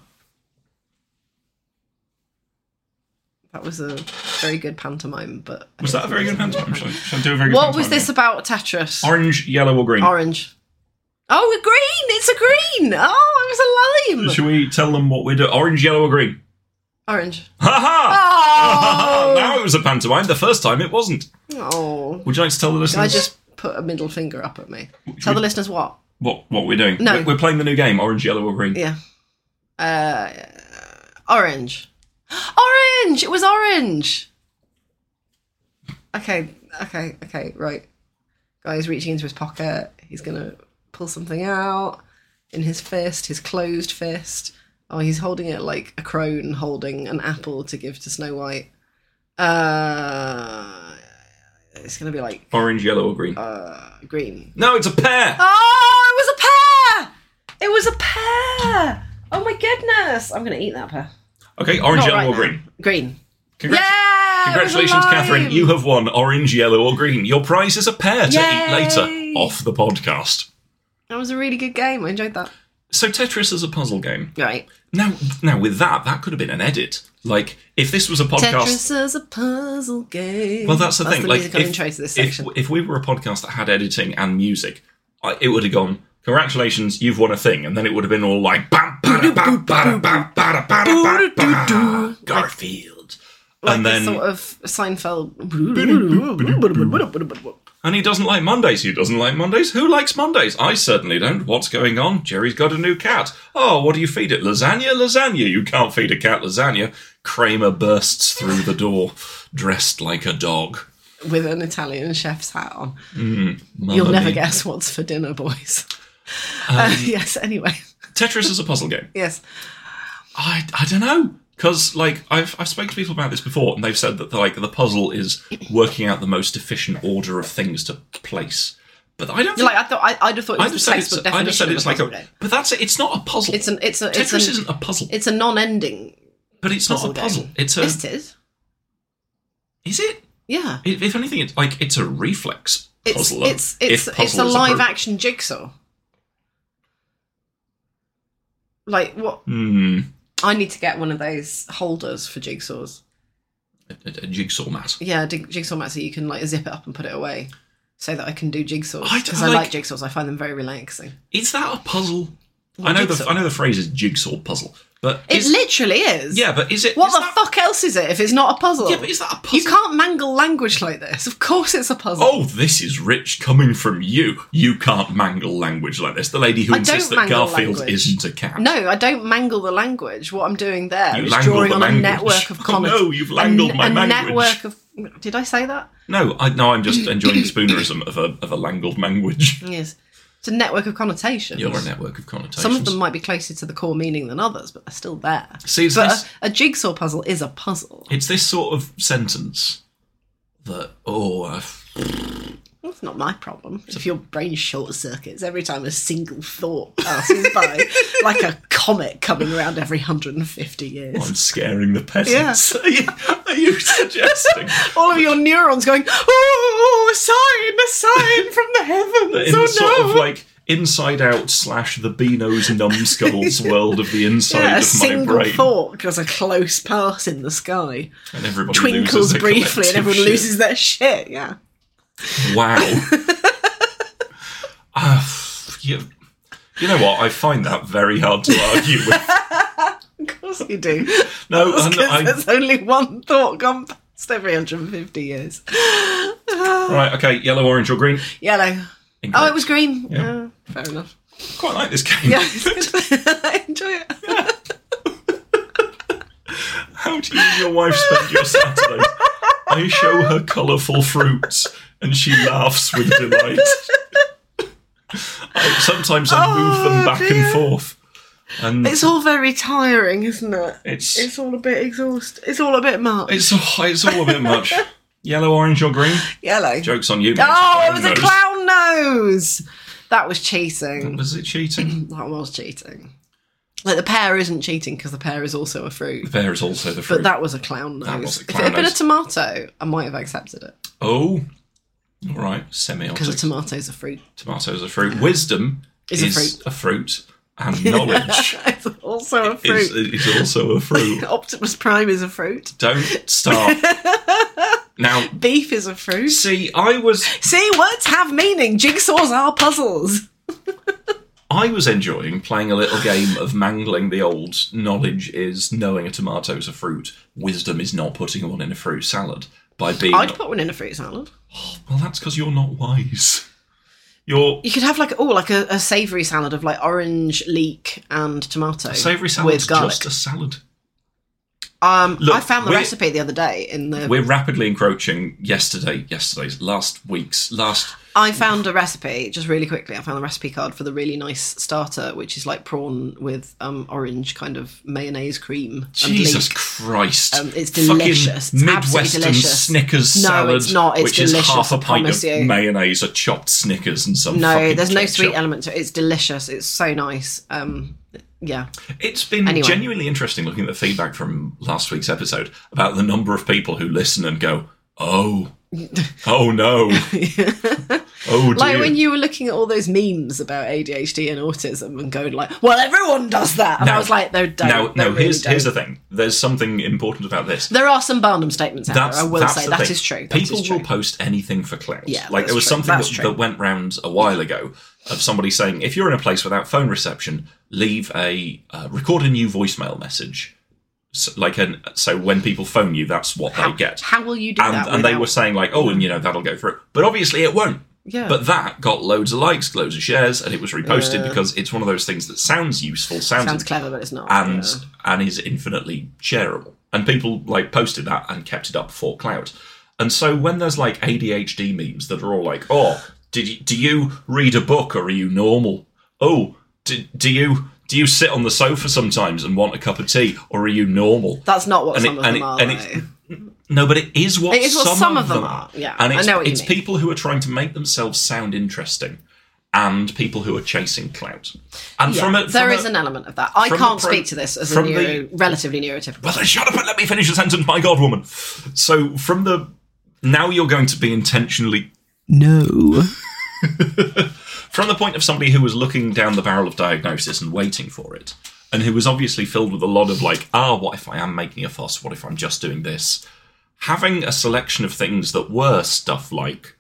That was a very good pantomime, but I Was don't think that a very there's good anything in pantomime? your Should I, hand. should I do a very good What was pantomime this now? about Tetris? Orange, yellow, or green? Orange. Oh, a green! It's a green! Oh, it was a lime! Should we tell them what we're doing? Orange, yellow, or green? Orange. Ha ha! Oh! now it was a pantomime. The first time it wasn't. Oh. Would you like to tell the listeners I just put a middle finger up at me. Tell we- the listeners what? what what we're doing? No. We're- we're playing the new game. Orange, yellow, or green. Yeah. Uh, orange. Orange! It was orange! Okay, okay, okay, right. Oh, he's reaching into his pocket. He's gonna pull something out in his fist, his closed fist. Oh, he's holding it like a crone holding an apple to give to Snow White. Uh, it's gonna be like Orange, yellow, or green? uh, green. no, it's a pear. Oh, it was a pear! It was a pear! Oh my goodness! I'm gonna eat that pear. Okay, orange, Not right yellow, or now. green. Green. Congrats. yeah! Congratulations, Catherine. You have won orange, yellow, or green. Your prize is a pear to eat Yay. later off the podcast. That was a really good game. I enjoyed that. So Tetris is a puzzle game. Right. Now, now with that, that could have been an edit. Like if this was a podcast, Tetris is a puzzle game. well, that's the thing. The like musical if, intro to this if- section. if we were a podcast that had editing and music, I, it would have gone. Congratulations, you've won a thing, and then it would have been all like bam, bada, bam, bada, bam, bada, bada, bam, bada, Garfield, Like and this then sort of Seinfeld. And he doesn't like Mondays. Who doesn't like Mondays? Who likes Mondays? I certainly don't. What's going on? Jerry's got a new cat. Oh, what do you feed it? Lasagna? Lasagna? You can't feed a cat lasagna. Kramer bursts through the door, dressed like a dog. With an Italian chef's hat on. Oh, Mamma You'll never mia. guess what's for dinner, boys. Um, Uh, yes, anyway. Tetris is a puzzle game. Yes. I, I don't know. Because, like, I've, I've spoken to people about this before, and they've said that, like, the puzzle is working out the most efficient order of things to place. But I don't You're think... like, I thought, I, I'd have thought it I was just the said it's, textbook I definition. just said of it's a like puzzle a... game. But that's it. It's not a puzzle. It's an, it's a, it's Tetris an, isn't a puzzle. it's a non-ending But it's puzzle not a puzzle. game. It's a. Yes, it is. Is it? Yeah. If if anything, it's like it's a reflex It's, puzzler. it's, if it's, it's puzzle a is live pro- action jigsaw. Like, what? Hmm. I need to get one of those holders for jigsaws. A, a- a jigsaw mat. Yeah, dig- jigsaw mats that you can like zip it up and put it away, so that I can do jigsaws I- because I I, like- like jigsaws. I find them very relaxing. Is that a puzzle? Well, I know the jigsaw. I know the phrase is jigsaw puzzle, but It is, literally is. yeah, but is it? What is the that- fuck else is it if it's not a puzzle? Yeah, but is that a puzzle? you can't mangle language like this. Of course, it's a puzzle. Oh, this is rich coming from you. You can't mangle language like this. The lady who I don't insists that mangle Garfield language. isn't a cat. No, I don't mangle the language. What I'm doing there You is langle drawing the on language. a network of Oh, comments. no, you've langled a, my a language. network of. Did I say that? no, I, no, I'm just enjoying spoonerism of a of a langled language. Yes. It's a network of connotations. You're a network of connotations. Some of them might be closer to the core meaning than others, but they're still there. See, it's but this- a, a jigsaw puzzle is a puzzle. It's this sort of sentence that oh, I've That's not my problem. If your brain short circuits every time a single thought passes by, like a comet coming around every 150 years. I'm scaring the peasants. Are, you, are you suggesting All of your neurons going, oh, a sign, a sign from the that heavens. in oh, the sort no. of like inside out slash the Beano's numbskulls world of the inside yeah, a of my single brain? thought does a close pass in the sky, And everybody loses twinkles their briefly, and collective everyone shit. loses their shit. Yeah. Wow. uh, you, you know what? I find that very hard to argue with. Of course you do. No, That's 'cause I, there's only one thought gone past every 150 years. oh. I, right, okay, yellow, orange, or green. Yellow. Oh, Incorrect. it was green. Yeah. Yeah, fair enough. Quite like this game. Oh. Yeah, I enjoy it. How do you and your wife spend your Saturdays? I show her colourful fruits and she laughs with delight. I, sometimes I move them Oh, back and dear. forth. And it's, It's all very tiring, isn't it? it's, it's, It's all a bit exhaust. It's all a bit much. all, it's all a bit much. Yellow, orange, or green? Yellow. Joke's on you. mate. Oh, it was a Who knows? clown nose. That was cheating. Was it cheating? That was cheating. Like the pear isn't cheating because the pear is also a fruit. There is also the fruit. But that was a clown nose. was a if it clown had been a nose. tomato, I might have accepted it oh, all right. because a Semiotics. tomato's a fruit. Tomatoes are fruit. Wisdom Is a a fruit, and knowledge it's also a is, fruit. is also a fruit. Optimus Prime is a fruit. Don't start. now, Beef is a fruit. see, I was See, words have meaning. Jigsaws are puzzles. I was enjoying playing a little game of mangling the old knowledge is knowing a tomato's a fruit, wisdom is not putting one in a fruit salad by being. I'd put one in a fruit salad. well, that's because you're not wise. You're You could have like oh, like a, a savoury salad of like orange, leek, and tomato. savoury salad's with garlic. just a salad. Um, Look, I found the we're- recipe the other day in the. We're rapidly encroaching yesterday, yesterday's, last week's, last. I found a recipe just really quickly. I found the recipe card for the really nice starter, which is like prawn with um, orange kind of mayonnaise cream. Oh, Jesus and leek. Christ! Um, it's Fucking delicious. It's absolutely Midwestern delicious. Snickers No, salad, it's not. It's which is delicious, half I a pint promise of you. mayonnaise, a chopped Snickers, and some. No, fucking there's no sweet ketchup. element to it. It's delicious. It's so nice. Um, yeah. It's been Anyway. genuinely interesting looking at the feedback from last week's episode about the number of people who listen and go, "Oh, oh no, oh dear." Like when you were looking at all those memes about ADHD and autism and going like, well, everyone does that. And I No. was like, no, don't. now, They no. really Here's don't. here's the thing. There's something important about this. There are some Barnum statements out That's there, I will that's say. the that thing. is true. That is People true. will post anything for clout. Yeah, that's like there was true. something That's that, true. that went round a while ago of somebody saying, if you're in a place without phone reception, leave a uh, record a new voicemail message. So, like an so when people phone you, that's what how, they get. How will you do and, that? and they without- were saying like, oh, and you know that'll go through, but obviously it won't. Yeah. But that got loads of likes, loads of shares, and it was reposted because it's one of those things that sounds useful, sounds, Sounds clever, but it's not. and yeah. and is infinitely shareable. And people like posted that and kept it up for clout. And so when there's like ADHD memes that are all like, oh, did you, do you read a book or are you normal? Oh, do, do you do you sit on the sofa sometimes and want a cup of tea or are you normal? That's not what and some it- of them and it- are. and though. it- No, but it is what, It is what some, of them are. Yeah, and I it's, know what you it's mean. people who are trying to make themselves sound interesting, and people who are chasing clout. And Yeah, from a, from there a- is an element of that. I from a can't pro- speak to this as a from the- neuro, relatively neurotypical. well, then shut up and let me finish the sentence, my God, woman. So from the now you're going to be intentionally No. from the point of somebody who was looking down the barrel of diagnosis and waiting for it, and who was obviously filled with a lot of like, ah, what if I am making a fuss? What if I'm just doing this? Having a selection of things that were stuff like,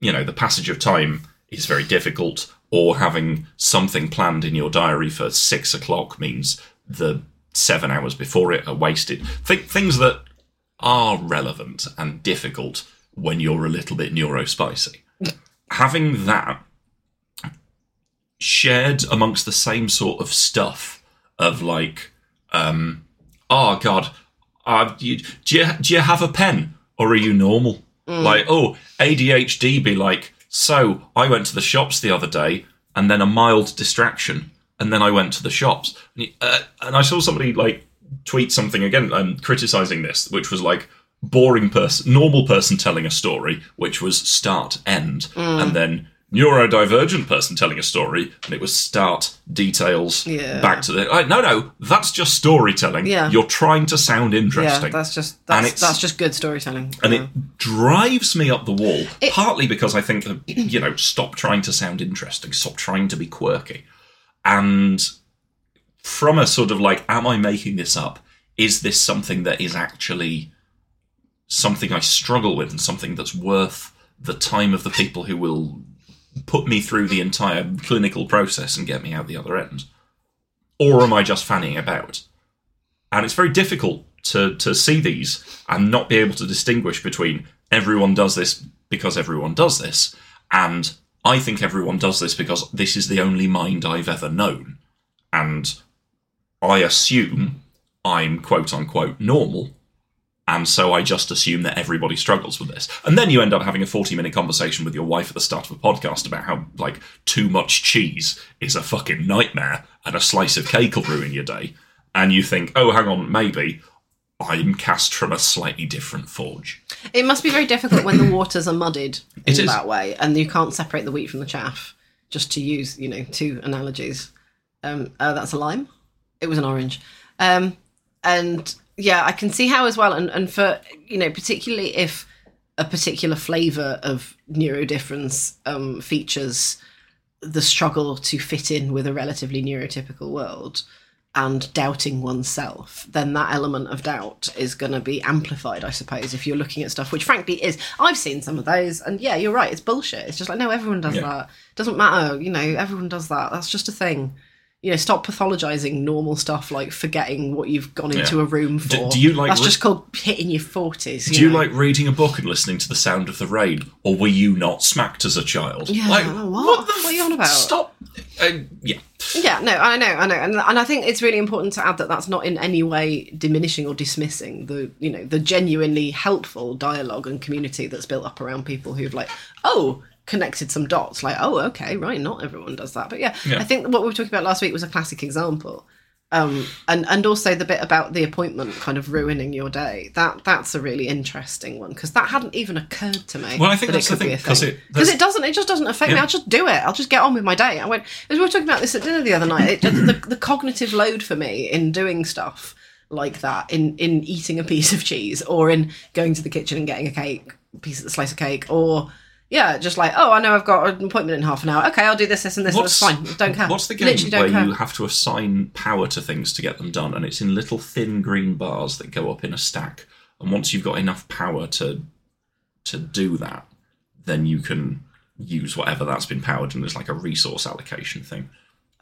you know, the passage of time is very difficult, or having something planned in your diary for six o'clock means the seven hours before it are wasted. Think things that are relevant and difficult when you're a little bit neurospicy. Having that shared amongst the same sort of stuff of like, um, oh god, uh, you, do you do you have a pen or are you normal? Like, oh, ADHD be like. So I went to the shops the other day, and then a mild distraction, and then I went to the shops, and, you- uh, and I saw somebody like tweet something again, um, criticizing this, which was like boring person, normal person telling a story, which was start end, and then neurodivergent person telling a story, and it was start details Yeah. back to the like no no that's just storytelling. Yeah. you're trying to sound interesting. Yeah, that's just And that's, it's- that's just good storytelling. and yeah. it drives me up the wall, It- partly because I think, that, you know, stop trying to sound interesting, stop trying to be quirky. And from a sort of like, am I making this up? Is this something that is actually something I struggle with and something that's worth the time of the people who will put me through the entire clinical process and get me out the other end? Or am I just fanning about? and it's very difficult to to see these and not be able to distinguish between everyone does this because everyone does this and I think everyone does this because this is the only mind I've ever known and I assume I'm quote unquote normal and so I just assume that everybody struggles with this. And then you end up having a 40 minute conversation with your wife at the start of a podcast about how, like, too much cheese is a fucking nightmare and a slice of cake will ruin your day. And you think, oh, hang on, maybe I'm cast from a slightly different forge. It must be very difficult when the waters are muddied in It is. that way, and you can't separate the wheat from the chaff. Just to use, you know, two analogies. Um, uh, that's a lime. It was an orange. Um, and yeah, I can see how as well, and, and for you know, particularly if a particular flavour of neurodifference um, features the struggle to fit in with a relatively neurotypical world and doubting oneself, then that element of doubt is going to be amplified, I suppose, if you're looking at stuff, which frankly is. I've seen some of those, and yeah, you're right, it's bullshit. It's just like, no, everyone does Yeah. that. Doesn't matter, you know, everyone does that. That's just a thing. you know, stop pathologizing normal stuff like forgetting what you've gone Yeah. into a room for. D- do you like That's re- just called hitting your forties. Do you like reading a book and listening to the sound of the rain, or were you not smacked as a child? Yeah, like, what? the What are you f- on about? Stop. Uh, yeah, Yeah, no, I know, I know, and, and I think it's really important to add that that's not in any way diminishing or dismissing the you know the genuinely helpful dialogue and community that's built up around people who've like oh connected some dots like oh okay right not everyone does that but yeah, Yeah. I think what we were talking about last week was a classic example. Um, and and also the bit about the appointment kind of ruining your day that that's a really interesting one because that hadn't even occurred to me Well, I think that that's it the could be thing, a 'cause thing it- because it doesn't it just doesn't affect me Yeah. i'll just do it i'll just get on with my day i went as we were talking about this at dinner the other night it, the, the cognitive load for me in doing stuff like that in in eating a piece of cheese or in going to the kitchen and getting a cake piece of slice of cake or yeah, just like oh, I know I've got an appointment in half an hour. Okay, I'll do this, this, and this. That's What's- fine. Don't care. What's the game Literally don't where care. you have to assign power to things to get them done, and it's in little thin green bars that go up in a stack, and once you've got enough power to to do that, then you can use whatever that's been powered, and there's like a resource allocation thing.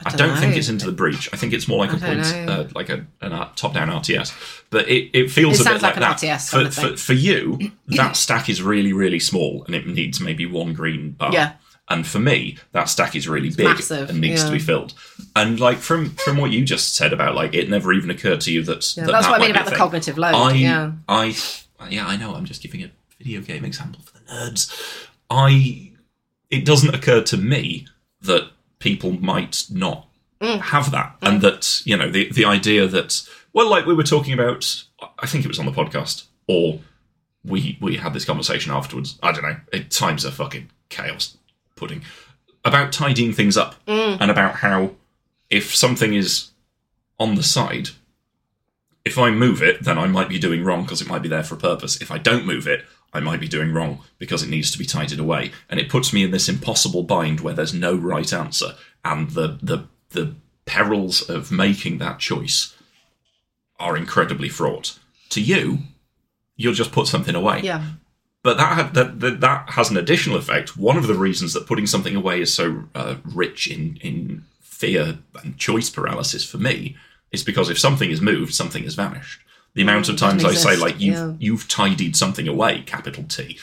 I don't, dunno. think it's into the breach. I think it's more like a I don't point, know. uh, like a, an art, top-down RTS. But it, it feels It a bit sounds like like, an that. RTS for, kind of for, thing. for you, that stack is really, really small, and it needs maybe one green bar. Yeah. And for me, that stack is really big massive, and needs to yeah. be filled. And like from from what you just said about like it never even occurred to you that, Yeah, that that's that what I mean might be about a the thing. cognitive load. I, yeah. I, yeah, I know. I'm just giving a video game example for the nerds. I, it doesn't occur to me that people might not Mm. have that, and that you know the the idea that well, like we were talking about, I think it was on the podcast, or we we had this conversation afterwards. I don't know. It, times are fucking chaos pudding about tidying things up and about how if something is on the side, if I move it, then I might be doing wrong because it might be there for a purpose. If I don't move it, I might be doing wrong because it needs to be tidied away. And it puts me in this impossible bind where there's no right answer. And the the the perils of making that choice are incredibly fraught. To you, you'll just put something away. Yeah. But that, ha- that that that has an additional effect. One of the reasons that putting something away is so uh, rich in in fear and choice paralysis for me is because if something is moved, something has vanished. The amount of it doesn't times I say exist, like you've Mm, yeah. you've tidied something away, capital T,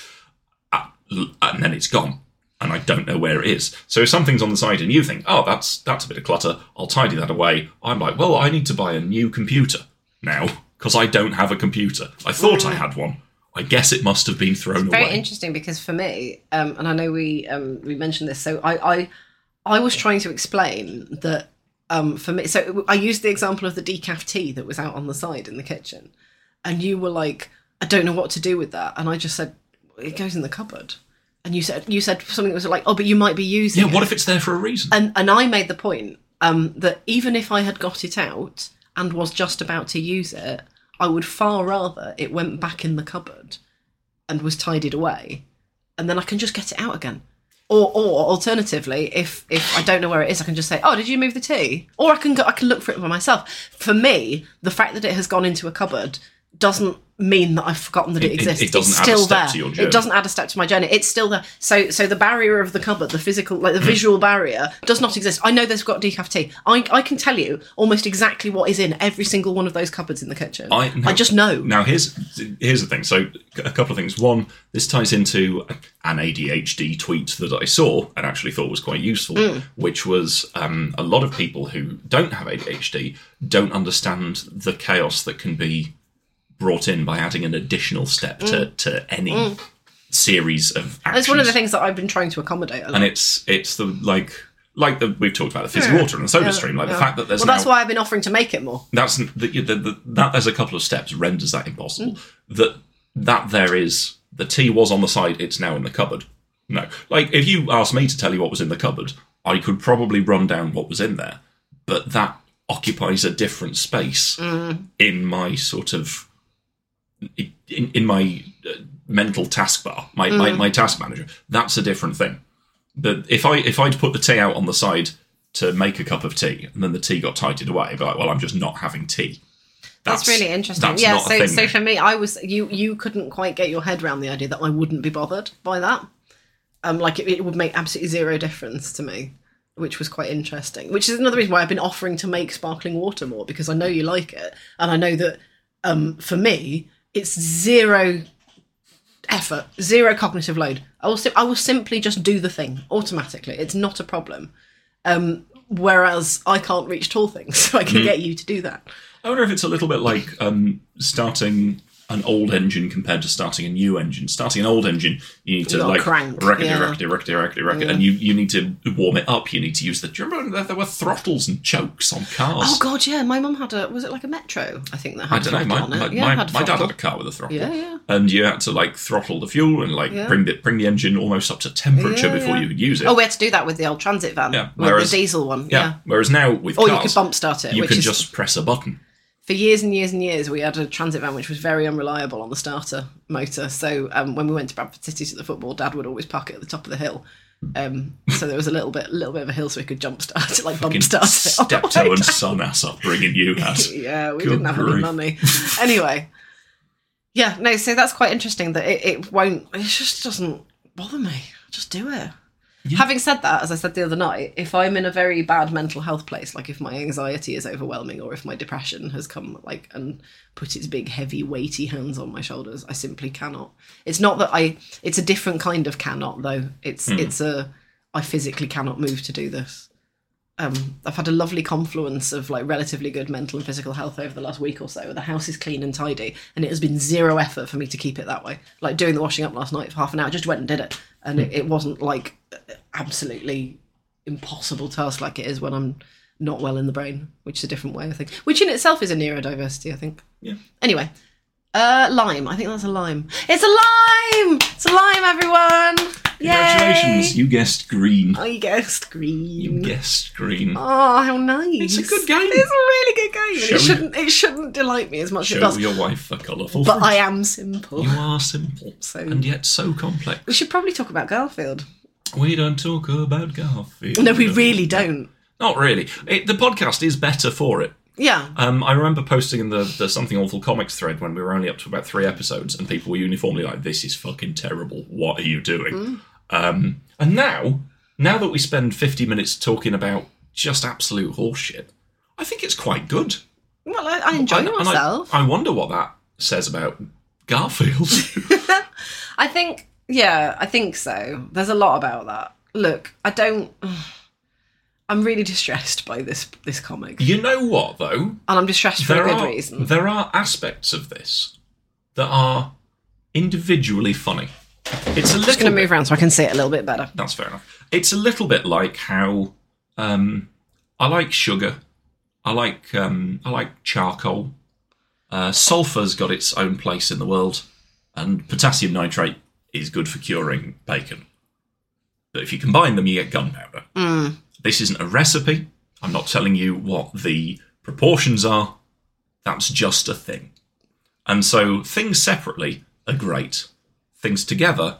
uh, l- and then it's gone, and I don't know where it is. So if something's on the side and you think, oh, that's that's a bit of clutter, I'll tidy that away. I'm like, well, I need to buy a new computer now because I don't have a computer. I thought I had one. I guess it must have been thrown Mm. very away. interesting because for me, um, and I know we um, we mentioned this, so I, I I was trying to explain that um, for me. So I used the example of the decaf tea that was out on the side in the kitchen, and you were like, "I don't know what to do with that," and I just said, "It goes in the cupboard." And you said you said something that was like, "Oh, but you might be using." yeah, it." what if it's there for a reason? and and I made the point um, that even if I had got it out and was just about to use it, I would far rather it went back in the cupboard and was tidied away, and then I can just get it out again. Or, or alternatively, if if I don't know where it is, I can just say, "Oh, did you move the tea?" Or I can go, I can look for it by myself. For me, the fact that it has gone into a cupboard doesn't mean that I've forgotten that it, It- it- exists. it doesn't it's add a still step there. to your It journey. doesn't add a step to my journey. It's still there. So so the barrier of the cupboard, the physical like the visual barrier, does not exist. I know there's got decaf tea. I I can tell you almost exactly what is in every single one of those cupboards in the kitchen. I- now- just know. Now here's here's the thing. So a couple of things. One, this ties into an ADHD tweet that I saw and actually thought was quite useful, Mm. which was um, a lot of people who don't have ADHD don't understand the chaos that can be brought in by adding an additional step to, to any series of actions. It's Mm. one of the things that I've been trying to accommodate. A lot. and it's it's the like like the, we've talked about the fizzy water and the soda stream, like the Yeah. fact that there's well, now, that's why I've been offering to make it more. that's the, the, the, that there's a couple of steps renders that impossible that that there is the tea was on the side it's now in the cupboard no like if you asked me to tell you what was in the cupboard i could probably run down what was in there but that occupies a different space Mm-hmm. in my sort of in, in my uh, mental taskbar my, my Mm-hmm. my task manager that's a different thing that if I if I'd put the tea out on the side to make a cup of tea and then the tea got tidied away, I'd be like, well, I'm just not having tea. That's, really interesting. that's yeah. not a So thing so now. for me, I was you you couldn't quite get your head around the idea that I wouldn't be bothered by that. Um, like it, it would make absolutely zero difference to me. which was quite interesting. Which is another reason why I've been offering to make sparkling water more because I know you like it, and I know that um, for me it's zero effort, zero cognitive load. I will sim- I will simply just do the thing automatically. It's not a problem. Um, whereas I can't reach tall things, so I can Mm. get you to do that. I wonder if it's a little bit like um, starting an old engine compared to starting a new engine. Starting an old engine, you need to You've got to like crank, rack it, yeah. rack it, rack it, rack it, rack it, and you, you need to warm it up. You need to use the. Do you remember there, there were throttles and chokes on cars? Oh God, yeah. My mum had a was it like a metro? I think that I had don't know. throttle My, on it. my, yeah, my, it had my dad throttle. had a car with a throttle, Yeah, yeah. and you had to like throttle the fuel and like Yeah. bring the bring the engine almost up to temperature Yeah, before yeah. you could use it. Oh, we had to do that with the old transit van, Yeah, with whereas- the diesel one. yeah. Yeah. Whereas now with Or you cars, could bump start it, you which can is just press a button. for years and years and years we had a transit van which was very unreliable on the starter motor. So um, when we went to Bradford City to the football, Dad would always park it at the top of the hill. Um, so there was a little bit, little bit of a hill, so we could jump start it, like bump start it. Oh, on the way Steptoe and son ass up bringing you that. yeah, we Good didn't have grief. any money. anyway, yeah, no, so that's quite interesting that it, it won't, it just doesn't bother me. Just do it. Yeah. Having said that, as I said the other night, if I'm in a very bad mental health place, like if my anxiety is overwhelming or if my depression has come like and put its big, heavy, weighty hands on my shoulders, I simply cannot. It's not that I, it's a different kind of cannot though. It's, Hmm. it's a, I physically cannot move to do this um, I've had a lovely confluence of like relatively good mental and physical health over the last week or so. The house is clean and tidy, and it has been zero effort for me to keep it that way. Like doing the washing up last night for half an hour, I just went and did it, and it, it wasn't like absolutely impossible task like it is when I'm not well in the brain, which is a different way I think, which in itself is a neurodiversity, I think. Yeah. Anyway, uh, lime. I think that's a lime. It's a lime. It's a lime, everyone. Congratulations, Yay! Oh, Mm. you guessed green. I guessed green. You guessed green. Oh, how nice! It's a good game. It's a really good game. and Show it shouldn't it shouldn't delight me as much as it Show does. your wife the colourful. But fruit. I am simple. You are simple So- and yet so complex. We should probably talk about Garfield. We don't talk about Garfield. No, we really don't. Not really. It, the podcast is better for it. Yeah. Um, I remember posting in the, the Something Awful Comics thread when we were only up to about three episodes, and people were uniformly like, "This is fucking terrible. What are you doing?" Mm. Um, and now, now that we spend fifty minutes talking about just absolute horseshit, I think it's quite good. Well, I, I enjoy And- and I- myself. I, I wonder what that says about Garfield. think. Yeah, I think so. There's a lot about that. Look, I don't. I'm really distressed by this this comic, and you know what though? I'm distressed for a there good are reason. there are aspects of this that are individually funny. It's a I'm just little going to bit, move around so I can see it a little bit better. that's fair enough. It's a little bit like how um, I like sugar, I like um, I like charcoal. Uh, sulfur's got its own place in the world, and potassium nitrate is good for curing bacon. But if you combine them, you get gunpowder. Mm. This isn't a recipe. I'm not telling you what the proportions are. That's just a thing. And so things separately are great. Things together,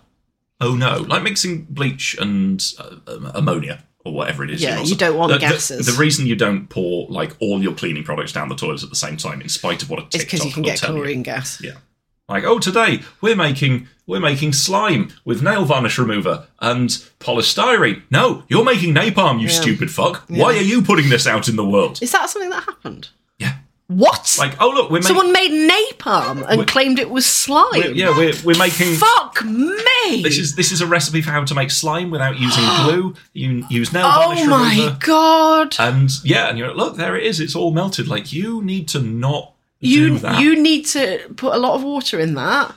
oh no. Like mixing bleach and uh, um, ammonia or whatever it is. Yeah, you're not you sup- don't want The- the- gases. The, reason you don't pour like all your cleaning products down the toilet at the same time, in spite of what a It's TikTok because you can will get tell you. chlorine gas. Yeah. Like, oh, today we're making we're making slime with nail varnish remover and polystyrene. No, you're making napalm, you stupid fuck. Why are you putting this out in the world? Is that something that happened? Yeah. What? Like, oh look, we're making Someone made napalm and claimed it was slime. yeah, we're we're making Fuck me! this is this is a recipe for how to make slime without using glue. You use nail varnish oh my remover. god! And yeah, and you're like, look, there it is. It's all melted. Like you need to not do you that. you need to put a lot of water in that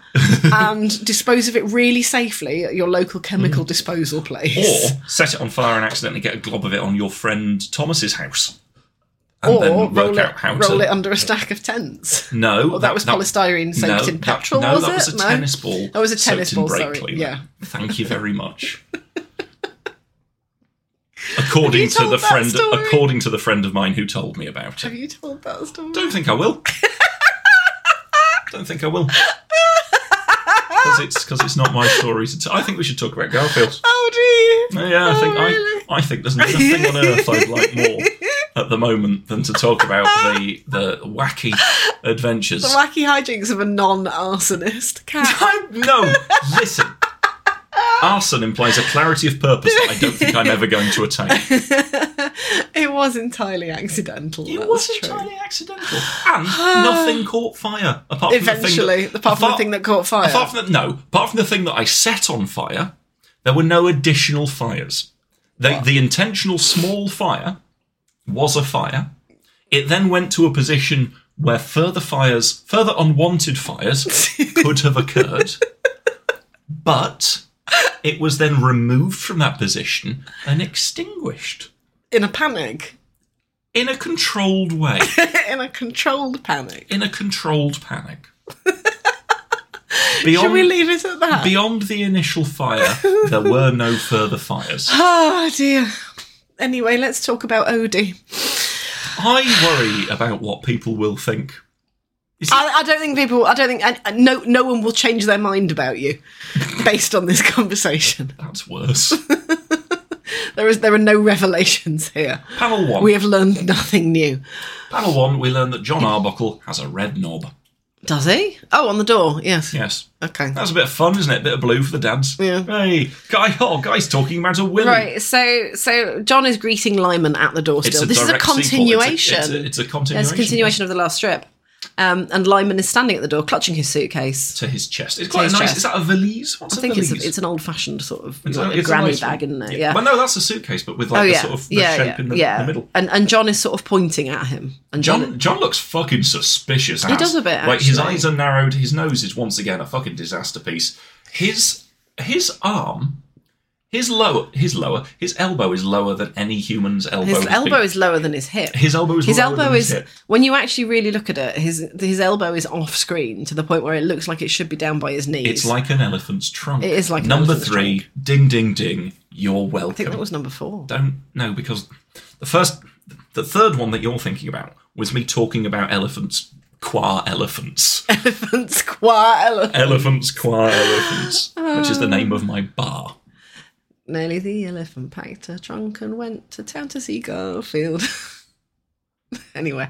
and dispose of it really safely at your local chemical disposal place. Hmm. or set it on fire and accidentally get a glob of it on your friend Thomas's house, and Or then work roll, out it, how roll to. it under a stack of tents. No, Well, that was polystyrene soaked in petrol, That, no, was that it? was a No? tennis ball. That was a tennis soaked in ball, brake sorry. cleaner. Yeah. Thank you very much. according you to told the that friend, story? according to the friend of mine who told me about Have it. you told that story? Don't think I will. Don't think I will. Because it's because it's not my story to tell. I think we should talk about Garfield. Oh dear! Yeah, I Oh, think really? I, I think there's nothing on earth I'd like more at the moment than to talk about the the wacky adventures. The wacky hijinks of a non-arsonist cat. I, no, listen. Arson implies a clarity of purpose that I don't think I'm ever going to attain. it was entirely accidental. It that's was true. entirely accidental. And nothing caught fire. Apart from Eventually, the thing that, apart from the thing that caught fire. Apart from that, no. Apart from the thing that I set on fire, there were no additional fires. The, the intentional small fire was a fire. It then went to a position where further fires, further unwanted fires, could have occurred, but it was then removed from that position and extinguished In a panic, in a controlled way, in a controlled panic. in a controlled panic. Beyond, Should we leave it at that? Beyond the initial fire, there were no further fires. oh dear. Anyway, let's talk about Odie. I worry about what people will think. I, I don't think people. I don't think I, I- no no one will change their mind about you based on this conversation. That's worse. There is there are no revelations here. Panel one. We have learned nothing new. Panel one, we learn that John Arbuckle has a red knob. Does he? Oh, on the door. Yes. Yes. Okay. That's a bit of fun, isn't it? Bit of blue for the dads. Yeah. Hey, guy. Oh, guy's talking about a willy. Right, so so John is greeting Lyman at the door It's still. this is a direct sequel. It's a- continuation. It's a, it's a continuation. There's a continuation of the last strip. Um, and Lyman is standing at the door clutching his suitcase. to his chest. It's quite his nice. chest. Is that a valise? What's I think it's, valise? a, it's an old fashioned sort of It's like a it's granny nice one. bag, isn't it? Yeah. Well, no, that's a suitcase, but with like Oh the yeah, sort of the yeah, shape yeah, in the, yeah. the middle. And and John is sort of pointing at him. And John John looks fucking suspicious. He does a bit, Like his actually. eyes are narrowed. His nose is once again a fucking disaster piece. His his arm, his lower, his lower, his elbow is lower than any human's elbow. his has elbow been. is lower than his hip. His elbow is His lower elbow than his is hip. when you actually really look at it, his his elbow is off screen to the point where it looks like it should be down by his knees. It's like an elephant's trunk. It is like an number elephant's three. Ding ding ding. You're welcome. I think that was number four. Don't no because the first, the third one that you're thinking about was me talking about elephants. Qua elephants. Elephant squirrel. elephants. Qua elephants. Which Ah. is the name of my bar. Nelly the elephant packed her trunk and went to town to see Garfield. anyway,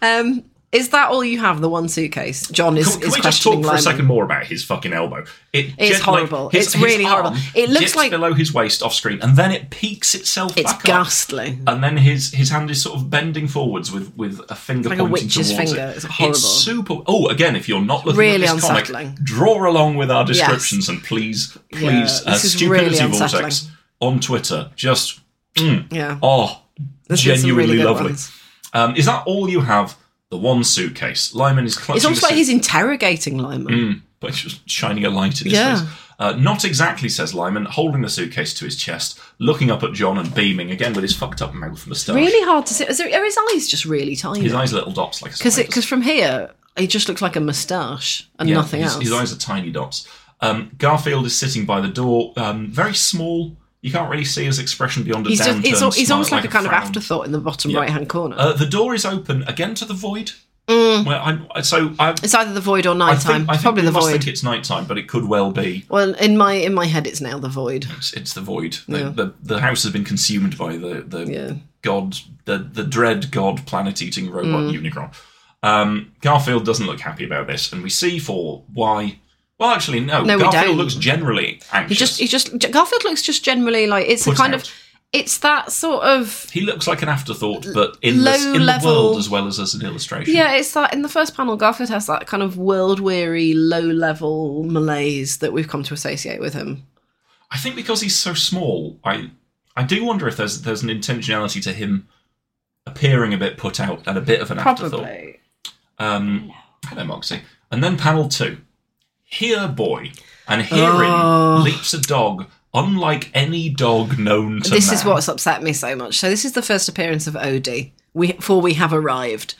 um, is that all you have? The one suitcase. John is, Can, can is we just questioning talk for Lyman. a second more about his fucking elbow? It It's gen- horrible. It's really arm horrible. It looks dips like- below his waist off screen, and then it peaks itself It's back up. ghastly. And then his his hand is sort of bending forwards with with a finger Like a pointing witch's towards finger. it. It's horrible. super. Oh, again, if you're not looking really at this unsettling. comic, draw along with our descriptions and please, please, uh, this is really stupidity vortex unsettling. on Twitter. Just mm, Yeah. oh, There's been some really genuinely good lovely. ones. Um, is that all you have? The one suitcase. Lyman is clutching. It's almost the Mm. like he's interrogating Lyman. but she's shining a light in his Yeah. face. Uh, not exactly, says Lyman, holding the suitcase to his chest, looking up at John and beaming again with his fucked up mouth moustache. Really hard to see. Is there, are his eyes just really tiny? His eyes are little dots like a Because spider's. because from here, it just looks like a moustache and Yeah, nothing his, else. His eyes are tiny dots. Um, Garfield is sitting by the door, um, very small. You can't really see his expression beyond a he's downturn just he's, al- he's smile, almost like, a kind frown. of afterthought in the bottom right hand corner. Uh, the door is open again to the void. Where I'm, so I, it's either the void or I Mm. nighttime. think, I It's think Probably we the must void. think it's nighttime, but it could well be Well, in my in my head, it's now the void. It's, it's the void. The, Yeah. the the house has been consumed by the the Yeah. god the the dread god planet eating robot Mm. Unicron. Um, Garfield doesn't look happy about this, and we see for why. Well, actually, no. No, we Garfield don't. looks He generally anxious. just he just Garfield looks just generally like it's a Put kind out. of it's that sort of he looks like an afterthought, but in the, low in the level- world as well as as an illustration. Yeah, it's that in the first panel, Garfield has that kind of world weary, low level malaise that we've come to associate with him. I think because he's so small, I I do wonder if there's there's an intentionality to him appearing a bit put out and a bit of an afterthought. Probably. Um, hello, Moxie. And then panel two. Here, boy. And herein Oh. leaps a dog unlike any dog known to This man. is what's upset me so much. So this is the first appearance of Odie. We for we have arrived.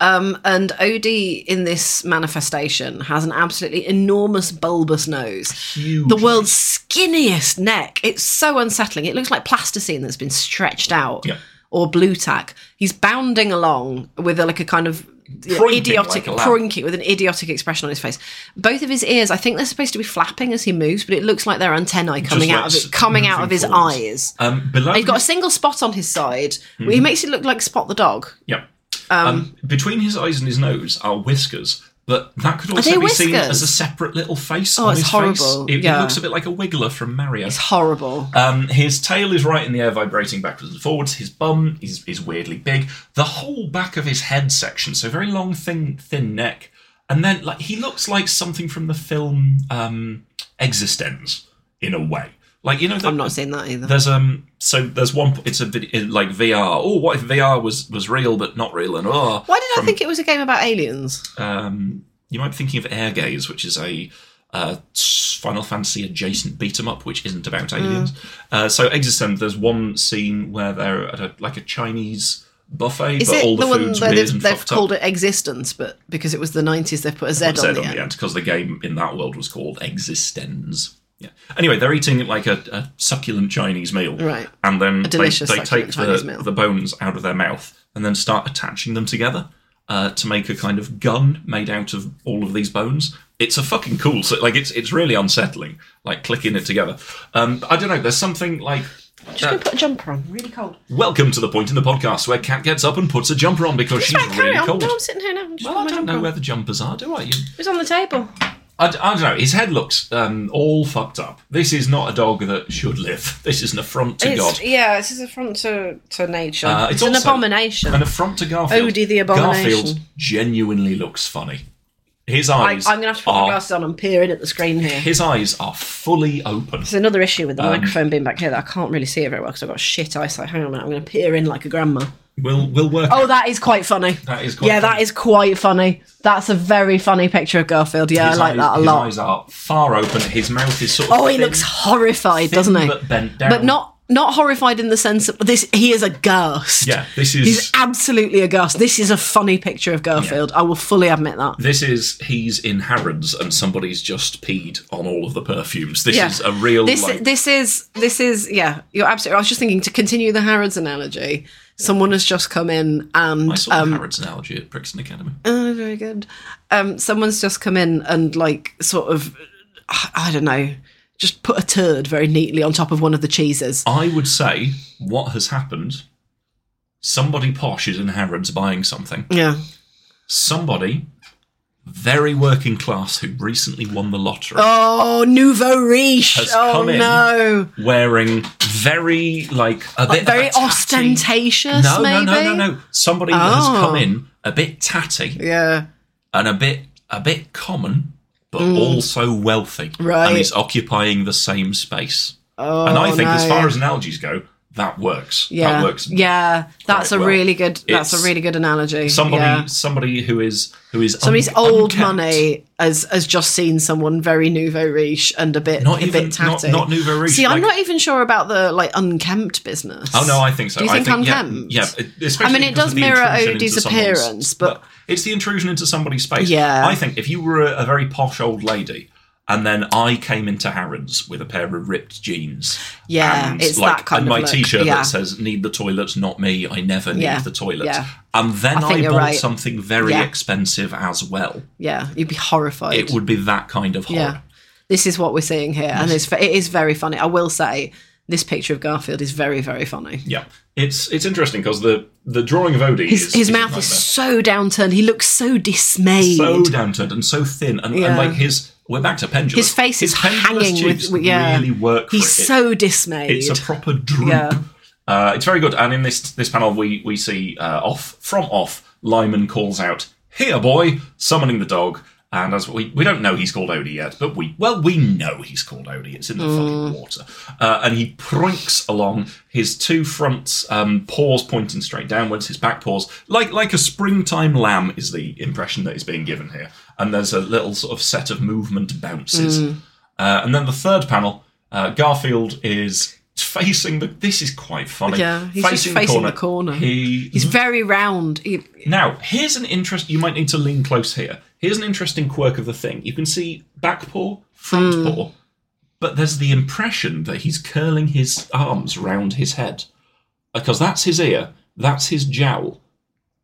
Um, and Odie in this manifestation has an absolutely enormous bulbous nose. Huge. The world's skinniest neck. It's so unsettling. It looks like plasticine that's been stretched out. Yeah. Or blue tack. He's bounding along with a, like a kind of yeah, Proinking idiotic like a lamb. proinking with an idiotic expression on his face. Both of his ears, I think they're supposed to be flapping as he moves, but it looks like they're antennae coming like out of s- it, coming out moving of his forwards. eyes. Um, below. He's got a single spot on his side. Mm-hmm. He makes it look like Spot the dog. Um, yeah. Um, between his eyes and his nose are whiskers But that could they also be seen whiskers? as a separate little face Oh, on it's his horrible. face. It, Yeah. it looks a bit like a wiggler from Mario. It's horrible. Um, his tail is right in the air, vibrating backwards and forwards. His bum is, is weirdly big. The whole back of his head section, so very long, thin, thin neck. And then, like, he looks like something from the film um, Existence, in a way. Like, you know, Uh, the, I'm not seeing that either. there's um, so there's one. It's a video like VR. Oh, what if VR was was real but not real? And oh, Why did from- I think it was a game about aliens? um, you might be thinking of Air Gaze, which is a uh, Final Fantasy adjacent beat 'em up, which isn't Hmm. about aliens. Uh, so, Existent, there's one scene where they're at a, like a Chinese buffet, Is but all it the, the one food's where weird they've, and they've fucked up. called it existence, but because it was the 90s, they've put a Z, Put on, Z the on the end? end because the game in that world was called Existenz. Yeah. Anyway, they're eating like a, a succulent Chinese meal, Right. And then they, delicious they succulent take Chinese the, meal. the bones out of their mouth and then start attaching them together uh, to make a kind of gun made out of all of these bones. It's a fucking cool, so, like it's it's really unsettling, like clicking it together. Um, I don't know. There's something like. Just gonna put a jumper on. Really cold. Welcome to the point in the podcast where Kat gets up and puts a jumper on because she's Right, carry really on. cold. No, I'm sitting here now. I'm just Well, I putting my jumper don't know Oh, on. where the jumpers are, do I? You, It was on the table. I, don't know. His head looks um, all fucked up. This is not a dog that should live. This is an affront to God. It's, yeah, this is affront to, to nature. Uh, it's it's an also- abomination. An affront to Garfield. Odie the abomination. Garfield genuinely looks funny. His I, I'm eyes. going to have to put my are, glasses on and peer in at the screen here. His eyes are fully open. There's another issue Um, with the microphone being back here that I can't really see it very well because I've got shit eyesight. Hang on a minute, I'm going to peer in like a grandma. We'll we'll work. Oh, that is quite funny. That is quite yeah, that funny. is quite funny. That's a very funny picture of Garfield. Yeah, his I like eyes, that a his lot. eyes are far open. His mouth is sort of. oh, he thin, looks horrified, thin doesn't he? But bent down. But not not horrified in the sense of this. He is aghast. Yeah, this is. He's absolutely aghast. This is a funny picture of Garfield. I will fully admit that. this is he's in Harrods and somebody's just peed on all of the perfumes. This Yeah. is a real This like, this is this is yeah. You're absolutely. I was just thinking to continue the Harrods analogy. Someone has just come in and I saw the Harrods analogy at Brixton Academy. Oh, very good. Um, someone's just come in and like sort of, I don't know, just put a turd very neatly on top of one of the cheeses. I would say what has happened. Somebody posh is in Harrods buying something. Yeah. Somebody very working class who recently won the lottery, Oh, nouveau riche. Has oh come in. no. wearing very like a bit of Very a tatty- ostentatious. No, maybe? no, no, no, no. Somebody that has Oh. come in a bit tatty Yeah. and a bit a bit common, but also wealthy, Mm. Right. and is occupying the same space. Oh, and I think, no, as far yeah. as analogies go, that works. yeah. That works Yeah, that's quite a well. really good. That's It's a really good analogy. somebody yeah. somebody who is who is somebody's un- old unkempt. money has has just seen someone very nouveau riche and a bit not a even bit not, tatty. not nouveau riche See, I'm like- not even sure about the like unkempt business. oh no i think so Do you I think think yeah, unkempt? yeah, especially I mean, it because does of the mirror intrusion into Odie's someone's- appearance, but- it's the intrusion into somebody's space Yeah. i think if you were a, a very posh old lady and then I came into Harrods with a pair of ripped jeans. Yeah, and it's like, that kind and of my look, T-shirt yeah. that says "Need the toilets, not me. I never need Yeah, the toilets." yeah. And then I think I, you're bought right. something very Yeah. expensive as well. Yeah, you'd be horrified. It would be that kind of horror. yeah, this is what we're seeing here, and it's it is very funny. I will say, this picture of Garfield is very very funny. Yeah, it's it's interesting because the the drawing of Odie, His, is, his mouth is so downturned. He looks so dismayed. so downturned and so thin, and, and Yeah. like his we're back to pendulum. his face is pendulous hanging with, tubes with- yeah. really work. For He's it. so dismayed. it's a proper droop. Yeah. Uh, it's very good. And in this this panel, we we see uh, off from off. Lyman calls out, "Here, boy!" summoning the dog. And as we we don't know he's called Odie yet, but we well we know he's called Odie. It's in the fucking water. Uh, and he pranks along his two front um, paws pointing straight downwards, his back paws like like a springtime lamb is the impression that is being given here. And there's a little sort of set of movement bounces. Uh, and then the third panel, uh, Garfield is facing the. This is quite funny. Yeah, he's just facing the corner. He He's very round. He- now here's an interest. You might need to lean close here. Here's an interesting quirk of the thing. You can see back paw, front Hmm. paw, but there's the impression that he's curling his arms round his head because that's his ear, that's his jowl.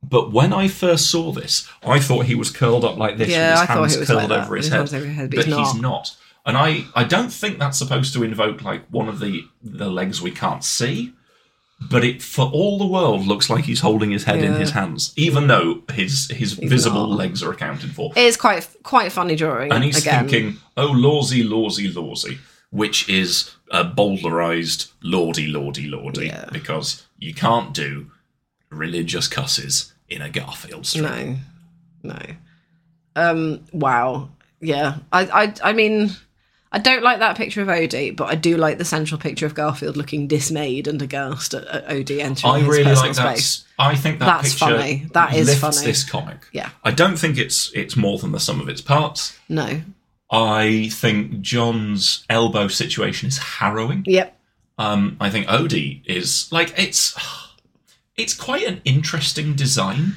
But when I first saw this, I thought he was curled up like this Yeah, I with his thought hands he was curled like that, over, with his his head, hands over his head, but But he's he's not. And I, I don't think that's supposed to invoke like one of the the legs we can't see, but it for all the world looks like he's holding his head in Yeah. his hands, even though his his visible not. legs are accounted for. It is quite quite funny drawing. And he's again. thinking, "Oh, lawsy, lawsy, lawsy," which is a boulderized lordy, lordy, lordy, Yeah. because you can't do religious cusses in a Garfield strip. No, no. Um. Wow. Yeah. I. I. I mean, I don't like that picture of Odie, but I do like the central picture of Garfield looking dismayed and aghast at, at Odie entering I his really personal like that. space. s- I think that That's picture funny. That is lifts funny. this comic. Yeah. I don't think it's it's more than the sum of its parts. No. I think John's elbow situation is harrowing. Yep. Um, I think Odie is like it's it's quite an interesting design.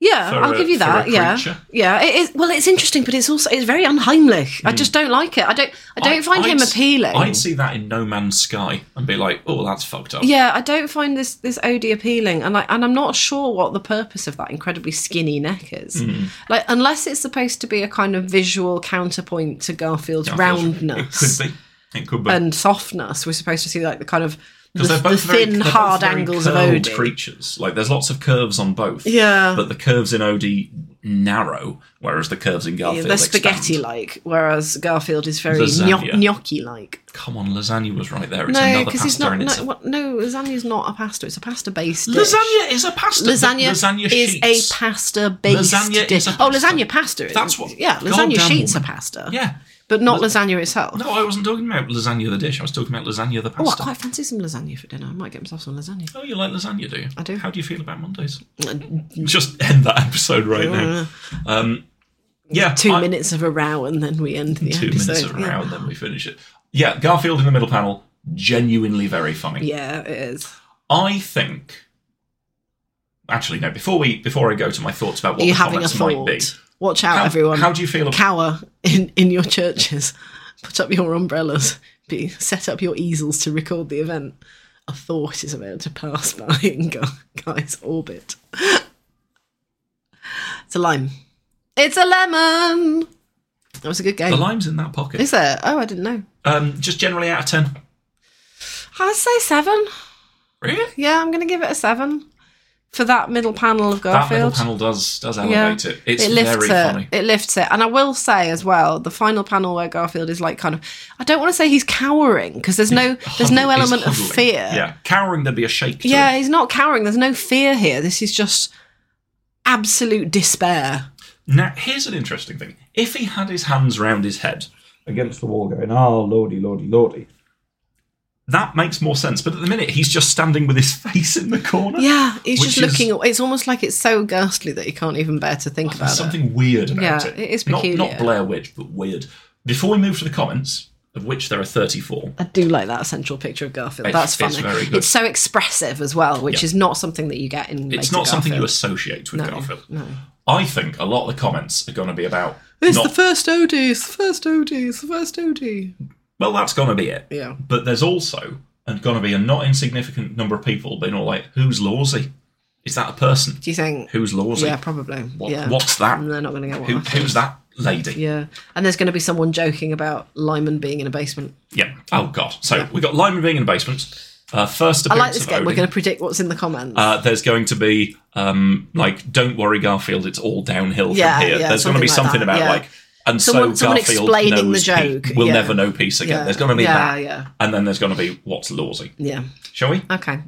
Yeah, For I'll a- give you for a that. Yeah, creature. yeah. It is. Well, it's interesting, but it's also it's very unheimlich. I just don't like it. I don't. I don't find him Hmm. I'd s- appealing. I'd see that in No Man's Sky and be like, "Oh, that's fucked up." yeah, I don't find this this Odie appealing, and I and I'm not sure what the purpose of that incredibly skinny neck is. Mm-hmm. Like, unless it's supposed to be a kind of visual counterpoint to Garfield's It roundness could be. It could be. and softness, we're supposed to see like the kind of the, because they're both the very- thin, they're both hard very angles of curved Odie. creatures. Like there's lots of curves on both. Yeah. but the curves in Odie narrow, whereas the curves in Yeah, Garfield they're expand. spaghetti like, whereas Garfield is very Lasagna. gnocchi like. Come on, lasagna was right there. It's No, another because pasta, he's not. and No, it's a- what, no, lasagna's not a pasta. It's a pasta based lasagna is a pasta. Lasagna, lasagna is sheets. a pasta based Lasagna dish. is a Oh, pasta. lasagna pasta. Is, That's what- Yeah, lasagna Goddamn sheets woman. are pasta. Yeah. but not lasagna itself. No, I wasn't talking about lasagna the dish. I was talking about lasagna the oh, I pasta. quite fancy some lasagna for dinner. I might get myself some lasagna. Oh, you like lasagna, do you? I do. How do you feel about Mondays? Just end that episode right now. Um, yeah, Mm, Two I- minutes of a row, and then we end the Two episode. minutes of a yeah. row, then we finish it. Yeah, Garfield in the middle panel, genuinely very funny. Yeah, it is. I think. Actually, no. Before we before I go to my thoughts about what Are you the having a comments might be, thought? Watch out, how, everyone. how do you feel? About, Cower in in your churches. Put up your umbrellas. Be set up your easels to record the event. A thought is about to pass by in Gu- Guy's orbit. it's a lime. It's a lemon. That was a good the game. limes in that pocket. Is there? Oh, I didn't know. Um, just generally out of ten. I'd say seven. Really? Yeah, I'm going to give it a seven for that middle panel of That middle Garfield. panel does does Yeah. elevate it. It's it lifts very it. funny. It lifts it. And I will say as well, the final panel where Garfield is like kind of I don't want to say he's cowering because there's no there's no Huddle- he's element of huddling. fear. Yeah, cowering there'd be a shake. To Yeah, it. he's not cowering. There's no fear here. This is just absolute despair. Now here's an interesting thing. If he had his hands round his head against the wall, going, "Oh lordy, lordy, lordy," that makes more sense. But at the minute, he's just standing with his face in the corner. Yeah, he's Which just is- looking it's almost like it's so ghastly that he can't even bear to think about There's it. something weird about Yeah, it. it is Not- Not, peculiar. Blair Witch, but weird. Before we move to the comments, of which there are 34, I do like that central picture of Garfield. That's It's- funny. it's very good. It's so expressive as well, which is not something that you get in. it's later not something you Garfield. associate with No, Garfield. no. I think a lot of the comments are going to be about. It's not, the first OD. It's the first OD. It's the first OD. well, that's going to be it. Yeah. But there's also going to be a not insignificant number of people being all like, who's Lawsy? Is that a person? Do you think? Who's Lawsy? Yeah, probably. What- yeah. What's that? And they're not going to get one. Who, I think. who's that lady? Yeah. And there's going to be someone joking about Lyman being in a basement. Yeah. Oh, God. So we've got Lyman being in the basement. Uh, first appearance I like this of game. We're Odie. going to predict what's in the comments. Uh, there's going to be um, like, don't worry, Garfield, it's all downhill Yeah, from here. yeah, there's going to be something something like about that, yeah. like, and Someone- so someone Garfield explaining knows the pe- joke, We'll yeah. never know peace again. Yeah. There's going to be yeah, that, yeah, and then there's going to be what's Lawsy, yeah. shall we? Okay.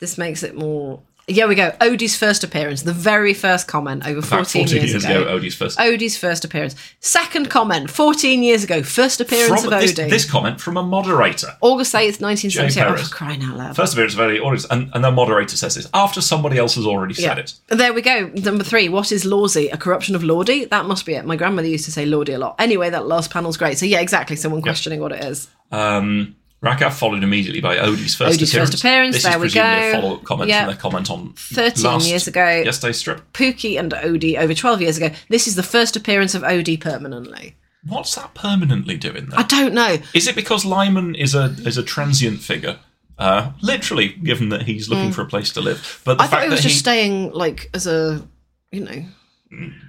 This makes it more. Yeah, we go. Odie's first appearance, the very first comment over 14, About 14 years, ago, Odie's first. Odie's first appearance. Second comment, 14 years ago, first appearance from of this, Odie. this comment from a moderator. August 8th, 1978. Joe Perez. Oh, for crying out loud. First appearance of Odie, audience, and, and the moderator says this after somebody else has already said it. There we go. Number three. What is Lawsy? A corruption of Lordy? That must be it. My grandmother used to say Lordy a lot. Anyway, that last panel's great. So yeah, exactly. Someone questioning what it is. Um, Rakav followed immediately by Odie's first Odie's appearance. first appearance, This there is we presumably a go. follow-up comment Yeah. from their comment on 13 last- years ago. yesterday's strip. Pookie and Odie over 12 years ago. This is the first appearance of Odie permanently. What's that permanently doing there? I don't know. Is it because Lyman is a is a transient figure? Uh, literally, given that he's looking for a place to live, but Hmm. the I fact thought it was that just he, staying like as a, you know,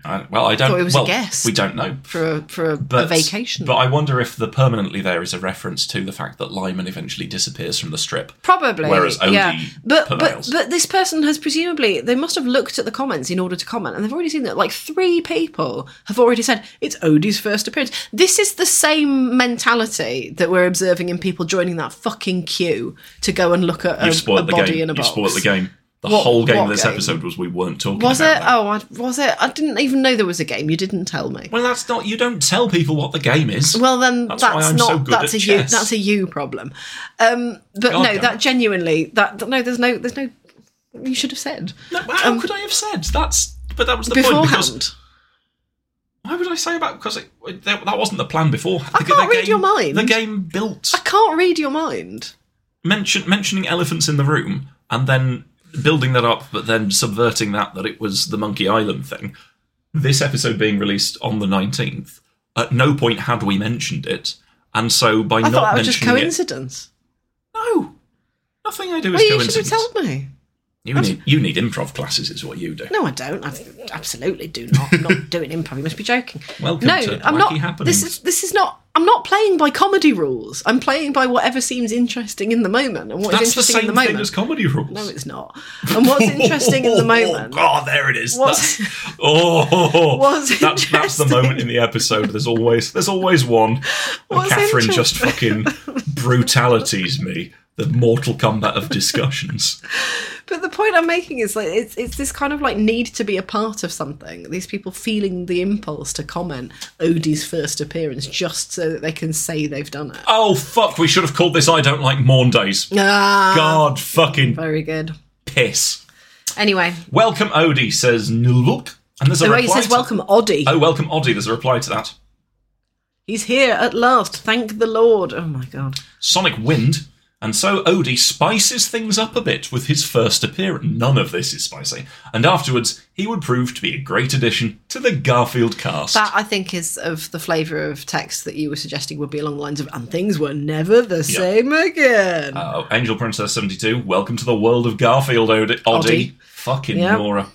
I, Uh, well, I don't. Thought it was a well, guess. We don't know. for a, for a, But, a vacation. But I wonder if the permanently there is a reference to the fact that Lyman eventually disappears from the strip. Probably. Whereas Odie yeah. But, but prevails. but this person has presumably they must have looked at the comments in order to comment, and they've already seen that like three people have already said it's Odie's first appearance. This is the same mentality that we're observing in people joining that fucking queue to go and look at a, You've a spoiled the body game. in a You've box. spoiled the game. The What- whole game what of this game? episode was we weren't talking Was it? about that. Oh, I, was it? I didn't even know there was a game. You didn't tell me. Well, that's not. You don't tell people what the game is. Well, then that's, That's why I'm not so good that's a at you chess. that's a you problem. Um, but God no, damn that it. genuinely that no, there's no there's no. You should have said No, how could I have said that's? But that was the point. um, beforehand. Because why would I say about? Because it, it- that, that wasn't the plan before. I can't read your mind. The game built I can't read your mind. mention, mentioning elephants in the room and then building that up, but then subverting that that it was the Monkey Island thing. This episode being released on the nineteenth. At no point had we mentioned it, and so by I not thought that was just mentioning it, coincidence. no, nothing I do is Well, you should have coincidence. told me. you need you need improv classes, is what you do. No, I don't. I absolutely do not. I'm not doing improv. You must be joking. Welcome no, to I'm Wacky not. Happenings. This is this is not. I'm not playing by comedy rules. I'm playing by whatever seems interesting in the moment and what is That's the interesting same in the thing moment. as comedy rules. no, it's not. And what's interesting in the moment Oh, God, there it is. What's- That's- oh, What's that's, that's the interesting- moment in the episode. There's always there's always one. And What's Catherine just fucking brutalities me. The Mortal Kombat of discussions. But the point I'm making is like it's it's this kind of like need to be a part of something. These people feeling the impulse to comment Odie's first appearance just so that they can say they've done it. Oh fuck! We should have called this "I don't like Morn Days." Ah, God, fucking very good. piss. Anyway, Welcome, Odie says Nuluk, and there's a the way reply. he says to- "Welcome, Oddie," Oh, welcome, Oddie. There's a reply to that. he's here at last. Thank the Lord. Oh my God. Sonic Wind, and so Odie spices things up a bit with his first appearance. None of this is spicy. And afterwards, he would prove to be a great addition to the Garfield cast. That I think is of the flavour of text that you were suggesting would be along the lines of "and things were never the same again." Uh, Angel Princess 72, welcome to the world of Garfield, Odie. Oddie. Oddie. Fucking Yeah. Nora.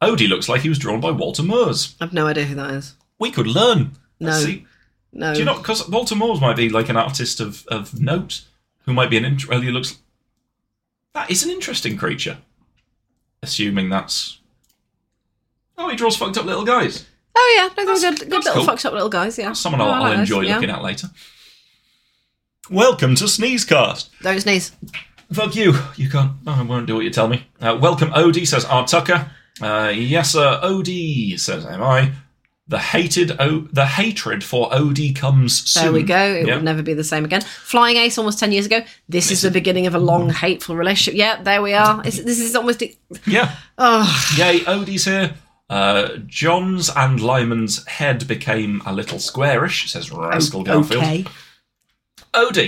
Odie looks like he was drawn by Walter Moores. I've no idea who that is. We could learn. Let's No. see. No. Do you not? Because Walter Moores might be like an artist of, of note who might be an int- well, he looks. That is an interesting creature. Assuming that's. Oh, he draws fucked up little guys. Oh yeah, no, they're That's- good, that's good little cool. fucked up little guys. Yeah, That's someone No, I'll, I like I'll those, enjoy Oh, yeah. looking at later. Welcome to Sneezecast. Don't sneeze. Fuck you. You can't. No, I won't do what you tell me. Uh, welcome, Odie, says R. Tucker. Uh, yes, sir, Odie, says am I. The hated o- the hatred for Odie comes soon. There we go. It Yeah. will never be the same again. Flying Ace almost ten years ago. This is the beginning of a long, hateful relationship. Yeah, there we are. It's, this is almost. the- Yeah. Oh, Yay, Odie's here. Uh, John's and Lyman's head became a little squarish, says Rascal Garfield. Oh, okay.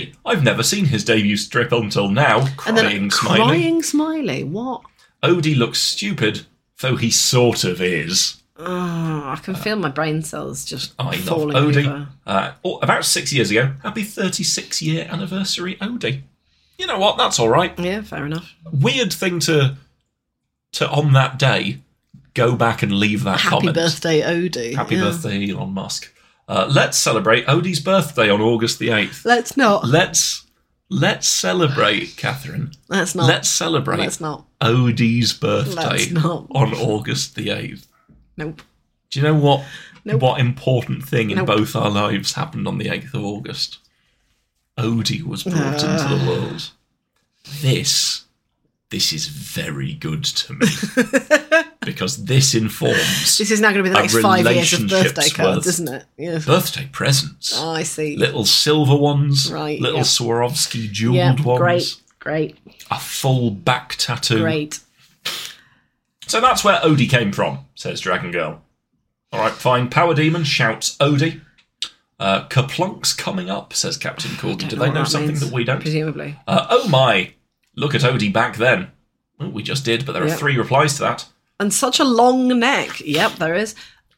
Odie, I've never seen his debut strip until now. And Crying, then smiling. crying, smiley. What? Odie looks stupid, though he sort of is. Oh, I can feel my brain cells just Uh, I love falling Odie. over. Uh, oh, about six years ago, happy 36 year anniversary, Odie. You know what? That's all right. Yeah, fair enough. Weird thing to to on that day go back and leave that Happy comment. birthday, Odie. Happy Yeah. birthday, Elon Musk. Uh, let's celebrate Odie's birthday on August the 8th. Let's not. Let's let's celebrate, Catherine. Let's not. Let's celebrate Let's not. Odie's birthday Let's not. on August the 8th. Nope. Do you know what Nope. what important thing in Nope. both our lives happened on the 8th of August? Odie was brought into Ah. the world. This this is very good to me. because this informs This is now going to be the A next five years of relationship's birthday cards, worth. isn't it? Yeah. birthday presents. Oh, I see. little silver ones, Right, little yeah. Swarovski jeweled yeah, ones, great, great, a full back tattoo. great. So that's where Odie came from, says Dragon Girl. All right, fine. Power Demon shouts Odie. Uh, Kaplunk's coming up, says Captain Corgi. Do Don't they what know that something means, that we don't? Presumably. Uh, oh my! Look at Odie back then. Well, we just did, but there are Yeah. three replies to that. And such a long neck. Yep, there is.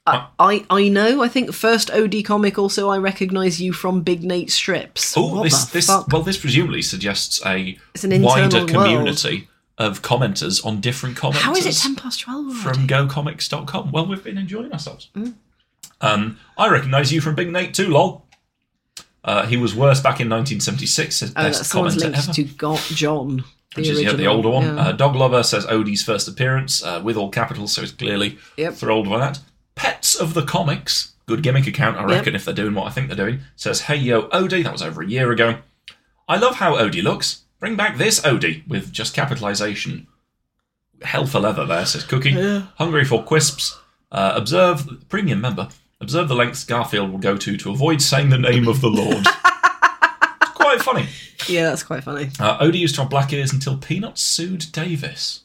Uh, I, I, I know. I think first OD comic. Also, I recognise you from Big Nate strips. Oh, What this the this fuck? well, this presumably suggests a It's an internal wider world. community of commenters on different commenters How is it 10 past 12 already? from gocomics.com. Well, we've been enjoying ourselves. Mm. Um, I recognise you from Big Nate too, lol. Uh, he was worse back in 1976, says oh, best that's someone's commenter linked ever. to Got John. The which is yeah, original. the older one. Yeah. Uh, Dog Lover says Odie's first appearance uh, with all capitals, so it's clearly Yep. thrilled by that. Pets of the Comics, good gimmick account, I reckon, if they're doing what I think they're doing, says Hey Yo Odie, that was over a year ago. I love how Odie looks. Bring back this Odie with just capitalisation. Hell for leather there, says Cookie. Hungry for quisps. Uh, observe, premium member, observe the lengths Garfield will go to to avoid saying the name of the Lord. it's quite funny. yeah, that's quite funny. Uh, Odie used to have black ears until Peanuts sued Davis.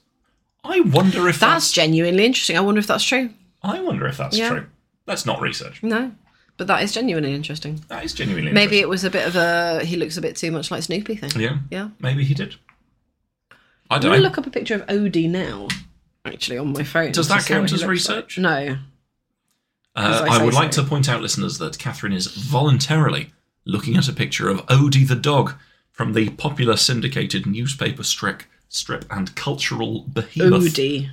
I wonder if That's that's. genuinely interesting. I wonder if that's true. I wonder if that's Yeah. true. That's not research. No. But that is genuinely interesting. That is genuinely. Maybe Maybe. it was a bit of a he looks a bit too much like Snoopy thing. Yeah. Yeah. Maybe he did. I I'm don't going know. to look up a picture of Odie now, actually, on my phone. Does to that see what count he as looks research? like. No. Uh, as I I say would like so. to point out, listeners, that Catherine is voluntarily looking at a picture of Odie the dog from the popular syndicated newspaper strip, strip and cultural behemoth Odie.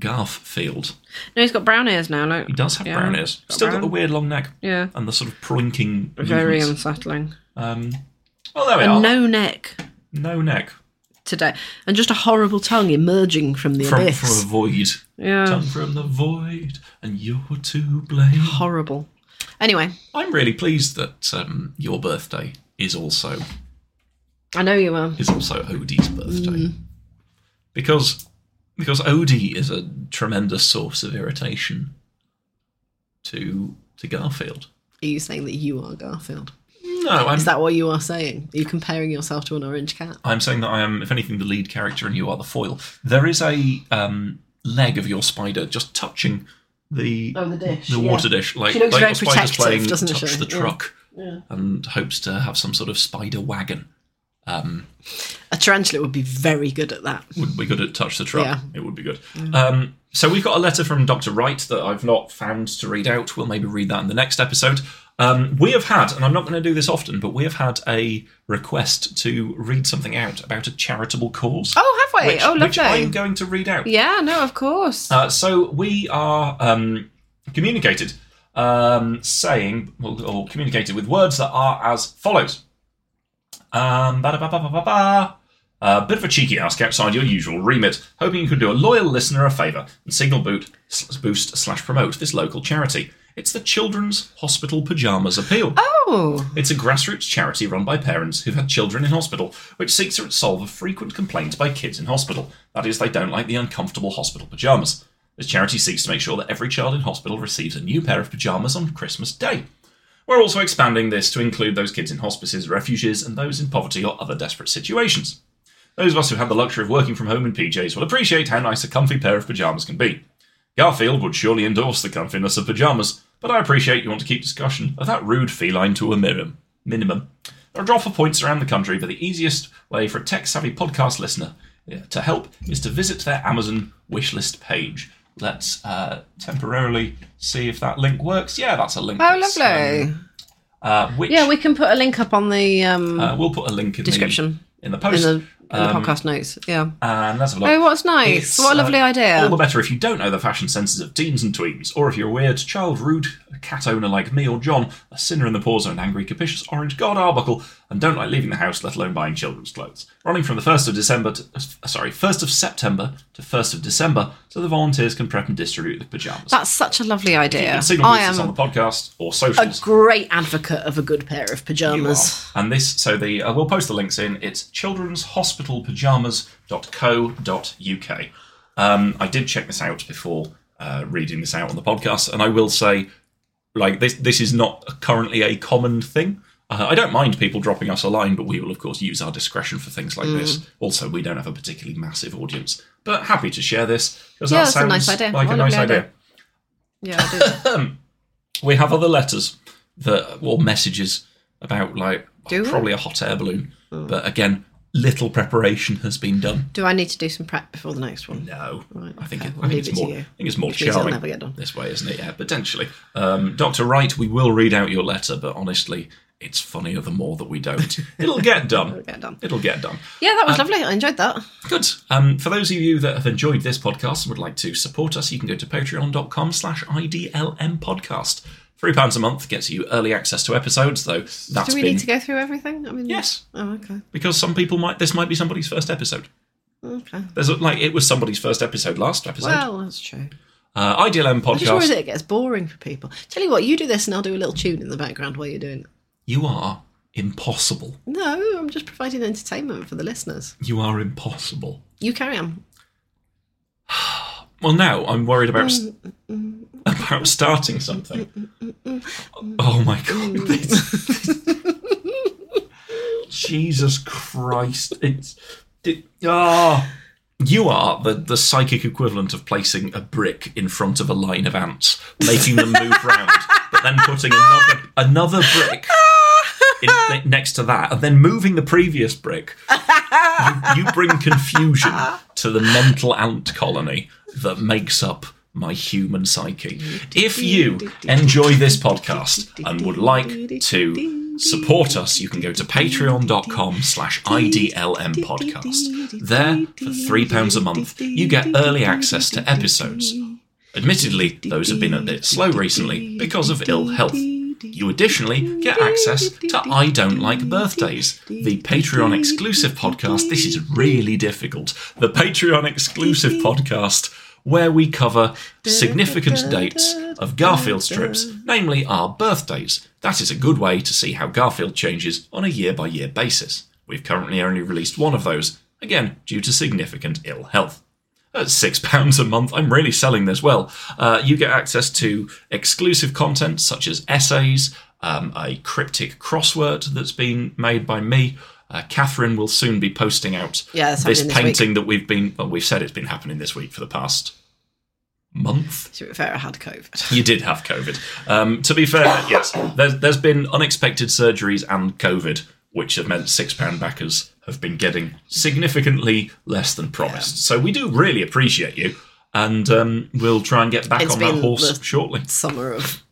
Garfield. No, he's got brown ears now, look. He does have Yeah, brown ears. got Still brown. got the weird long neck Yeah. and the sort of prinking. Very movements. unsettling. Um, well, there we are. And no neck No neck today. And just a horrible tongue emerging from the from, abyss. from a void. yeah. Come from the void, and you're to blame. Horrible. Anyway, I'm really pleased that um, your birthday is also I know you are. is also Odie's Mm. birthday, because because Odie is a tremendous source of irritation to to Garfield. Are you saying that you are Garfield? No, I'm Is that what you are saying? Are you comparing yourself to an orange cat? I'm saying that I am, if anything, the lead character, and you are the foil. There is a um, leg of your spider just touching the Oh, the dish, the yeah. water dish, like, She looks like very your spider's protective, playing doesn't touch she? the Yeah. truck, Yeah. and hopes to have some sort of spider wagon. Um, A tarantula would be very good at that. would be good at touch the truck. Yeah. Mm. It would be good. Um, so we've got a letter from Dr. Wright that I've not found to read out. We'll maybe read that in the next episode. Um, we have had, and I'm not going to do this often, but we have had a request to read something out about a charitable cause. Oh, have we? which, oh, lovely. which I'm going to read out. Yeah, no, of course. Uh, so we are um, communicated um, saying, well, or communicated with words that are as follows. Um, ba-da-ba-ba-ba-ba-ba. Uh, bit of a cheeky ask outside your usual remit, hoping you could do a loyal listener a favour and signal boot, s- boost slash promote this local charity. It's the Children's Hospital Pyjamas Appeal. oh, It's a grassroots charity run by parents who've had children in hospital, which seeks to solve a frequent complaint by kids in hospital. That is, they don't like the uncomfortable hospital pyjamas. This charity seeks to make sure that every child in hospital receives a new pair of pyjamas on Christmas Day. We're also expanding this to include those kids in hospices, refuges, and those in poverty or other desperate situations. Those of us who have the luxury of working from home in PJs will appreciate how nice a comfy pair of pyjamas can be. Garfield would surely endorse the comfiness of pyjamas, but I appreciate you want to keep discussion of that rude feline to a minimum. Minimum. There are drop of points around the country, but the easiest way for a tech-savvy podcast listener yeah, to help is to visit their Amazon wishlist page. Let's uh, temporarily see if that link works. Yeah, that's a link. oh, that's, lovely. um, uh, which yeah, we can put a link up on the um, uh, we'll put a link in description the, in the in post. the, in the um, podcast notes. Yeah. And let's have a look. Oh, what's nice. It's, What a uh, lovely idea. All the better if you don't know the fashion senses of teens and tweens, or if you're a weird child, rude cat owner like me or John, a sinner in the paw zone, angry, capricious, orange guard arbuckle, and don't like leaving the house, let alone buying children's clothes. Running from the first of December, to, uh, sorry, first of September to first of December, so the volunteers can prep and distribute the pajamas. That's such a lovely idea. And signal I boosters am on the podcast or a socials. great advocate of a good pair of You pajamas. are. And this, so the uh, we'll post the links in. It's children'shospitalpajamas.co.uk. Um, I did check this out before uh, reading this out on the podcast, and I will say, like this, this is not currently a common thing. Uh, I don't mind people dropping us a line, but we will of course use our discretion for things like Mm. this. Also, we don't have a particularly massive audience, but happy to share this because Yeah, that that's a sounds nice idea. like What a a nice lovely idea. idea. Yeah, I do. We have other letters that or messages about like Do we? Oh. probably a hot air balloon, but again, little preparation has been done. do I need to do some prep before the next one? No, Right, I think okay, it, I I'll think leave it's it to more. you. I think it's more Which means it'll charming never get done. this way, isn't it? Yeah, potentially. Um, Doctor Wright, we will read out your letter, but honestly, It's funnier the more that we don't. It'll get done. Okay, done. It'll get done. Yeah, that Um, was lovely. I enjoyed that. Good. Um, for those of you that have enjoyed this podcast and would like to support us, you can go to patreon.com slash IDLM podcast. Three pounds a month gets you early access to episodes, though that's Do we been need to go through everything? I mean, Yes. Oh, okay. because some people might this might be somebody's first episode. Okay. There's a- like it was somebody's first episode last episode. Well, that's true. uh, IDLM I'm just worried podcast. that it gets boring for people. Tell you what, you do this and I'll do a little tune in the background while you're doing it. You are impossible. No, I'm just providing entertainment for the listeners. You are impossible. You carry on. Well, now I'm worried about Mm-hmm. about starting something. Oh my god! this- Jesus Christ! It's it, ah. You are the, the psychic equivalent of placing a brick in front of a line of ants, making them move round, but then putting another another brick in, ne- next to that, and then moving the previous brick. You, you bring confusion to the mental ant colony that makes up my human psyche. If you enjoy this podcast and would like to support us, you can go to patreon.com slash IDLM podcast. There, for £3 a month, you get early access to episodes. Admittedly, those have been a bit slow recently because of ill health. You additionally get access to I Don't Like Birthdays, the Patreon exclusive podcast. This is really difficult. The Patreon exclusive podcast where we cover significant dates of Garfield strips, namely our birthdays. That is a good way to see how Garfield changes on a year by year basis. We've currently only released one of those, again, due to significant ill health at six pounds a month. I'm really selling this well. Uh, you get access to exclusive content such as essays, um, a cryptic crossword that's been made by me. Uh, Catherine will soon be posting out Yeah, that's this happening this painting that we've been. Well, we've said it's been happening this week for the past month. To be fair, I had COVID. You did have COVID. Um, to be fair, yes, there's, there's been unexpected surgeries and COVID, which have meant six pound backers have been getting significantly less than promised. So we do really appreciate you, and um, we'll try and get back It's on that been horse the- shortly. Summer of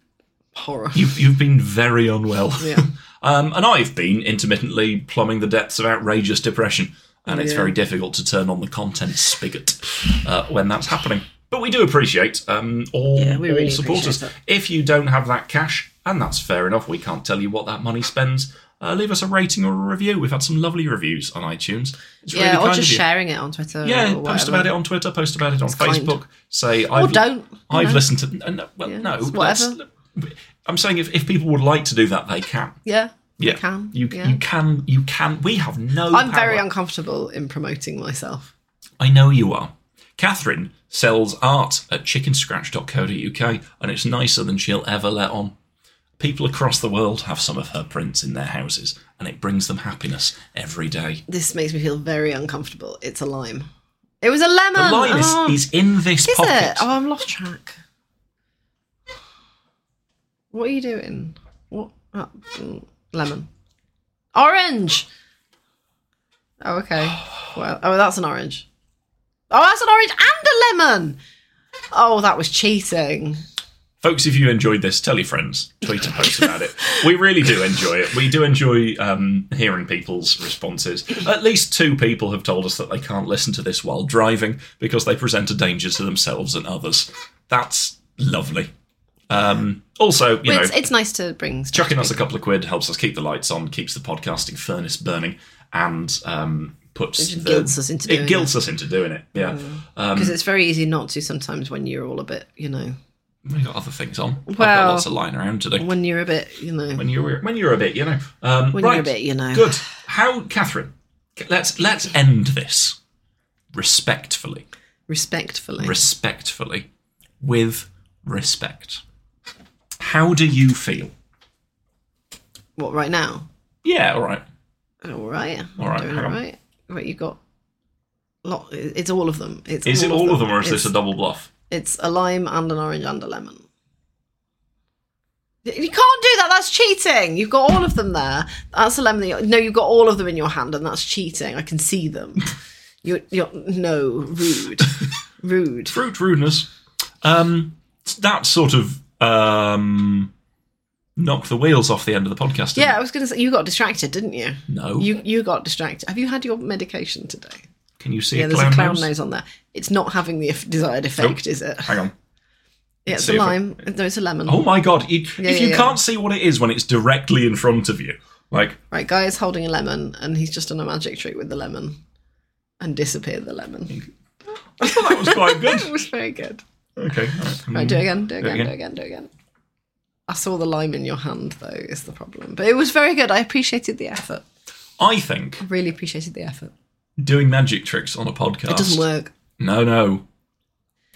horror. You've, you've been very unwell. Yeah. Um, and I've been intermittently plumbing the depths of outrageous depression, and it's Yeah. very difficult to turn on the content spigot uh, when that's happening. But we do appreciate um, all, Yeah, we all really supporters. appreciate If you don't have that cash, and that's fair enough, we can't tell you what that money spends. Uh, leave us a rating or a review. We've had some lovely reviews on iTunes. It's really yeah, kind or just of you. sharing it on Twitter. Yeah, or post whatever. about it on Twitter. Post about it on kind. Facebook. Say, Or I've, don't. you I've know. listened to. No, no, well, Yeah, no. it's let's- whatever. I'm saying if, if people would like to do that, they can. Yeah. Yeah, You can. You, yeah. you can. You can. We have no. I'm power. very uncomfortable in promoting myself. I know you are. Catherine sells art at chickenscratch.co.uk, and it's nicer than she'll ever let on. People across the world have some of her prints in their houses, and it brings them happiness every day. This makes me feel very uncomfortable. It's a lime. It was a lemon. The line Oh, is, is in this is pocket. it? Oh, I'm lost track. What are you doing? What? oh, mm, lemon. Orange. Oh, okay. Well, oh, that's an orange. Oh, that's an orange and a lemon. Oh, that was cheating. Folks, if you enjoyed this, tell your friends, tweet and post about it. We really do enjoy it. We do enjoy um, hearing people's responses. At least two people have told us that they can't listen to this while driving because they present a danger to themselves and others. That's lovely. Um, also, you But know, it's, it's nice to bring stuff. chucking us a couple of quid helps us keep the lights on, keeps the podcasting furnace burning, and um, puts It the, guilts us into it doing Mm. guilts us into doing it. Yeah, because it's very easy not to sometimes when you're all a bit, you know, we've got other things on. I've got Well- lots of lying around to do. when you're a bit, you know, when you're when you're a bit, you know. Um, Mm-hmm. when right. you're a bit, you know. Good. How, Catherine? c- Let's let's end this respectfully, Respectfully. respectfully, with respect. How do you feel? what, right now? Oh, Yeah. All right. All right. All right, Doing hang all on. right. Right, you got. Lot. It's all of them. It's Is it all of them, or is it's, this a double bluff? It's a lime and an orange and a lemon. You can't do that. That's cheating. You've got all of them there. That's a lemon. that you- No, you've got all of them in your hand, and that's cheating. I can see them. You're, you're no rude, rude. Fruit rudeness. Um, that sort of um, knock the wheels off the end of the podcast. didn't Yeah, I was going to say you got distracted, didn't you? it? No. You you got distracted. Have you had your medication today? Can you see Yeah, a there's clown, a clown nose? nose? on there. It's not having the eff- desired effect, is it? Hang on. Yeah, it's see a if I- lime. No, it's a lemon. Oh my god! It, Yeah, if you yeah, yeah. can't see what it is when it's directly in front of you, like Right, guy is holding a lemon, and he's just done a magic trick with the lemon, and disappeared the lemon. I thought that was quite It good. was very good. Okay. all right. Right, do it again, do it Mm-hmm. Do again, it do it again, do it again. I saw the lime in your hand, though, is the problem. But it was very good. I appreciated the effort. I think Really appreciated the effort. doing magic tricks on a podcast It doesn't work. No, no,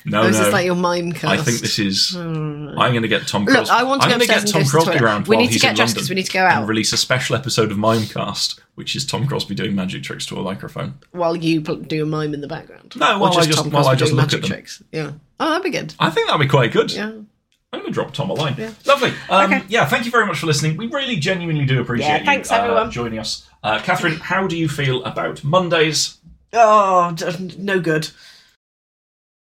no, Oh, no. this is like your mime cast. I think this is. I'm going to get Tom. Look, Crosby. I want to I'm go going to upstairs get and go Tom to the Crosby toilet. around We while need to he's get in dressed London 'cause we need to go out. and release a special episode of Mimecast, which is Tom Crosby doing magic tricks to a microphone. While you pl- do a mime in the background. No, Or while I just- Tom while I Crosby just doing look magic at them. tricks. Yeah. Oh, that'd be good. I think that'd be quite good. Yeah. I'm going to drop Tom a line. Yeah. Lovely. Um, Okay. Yeah, thank you very much for listening. We really genuinely do appreciate Yeah, you thanks, uh, everyone. joining us. Uh, Catherine, how do you feel about Mondays? Oh, d- no good.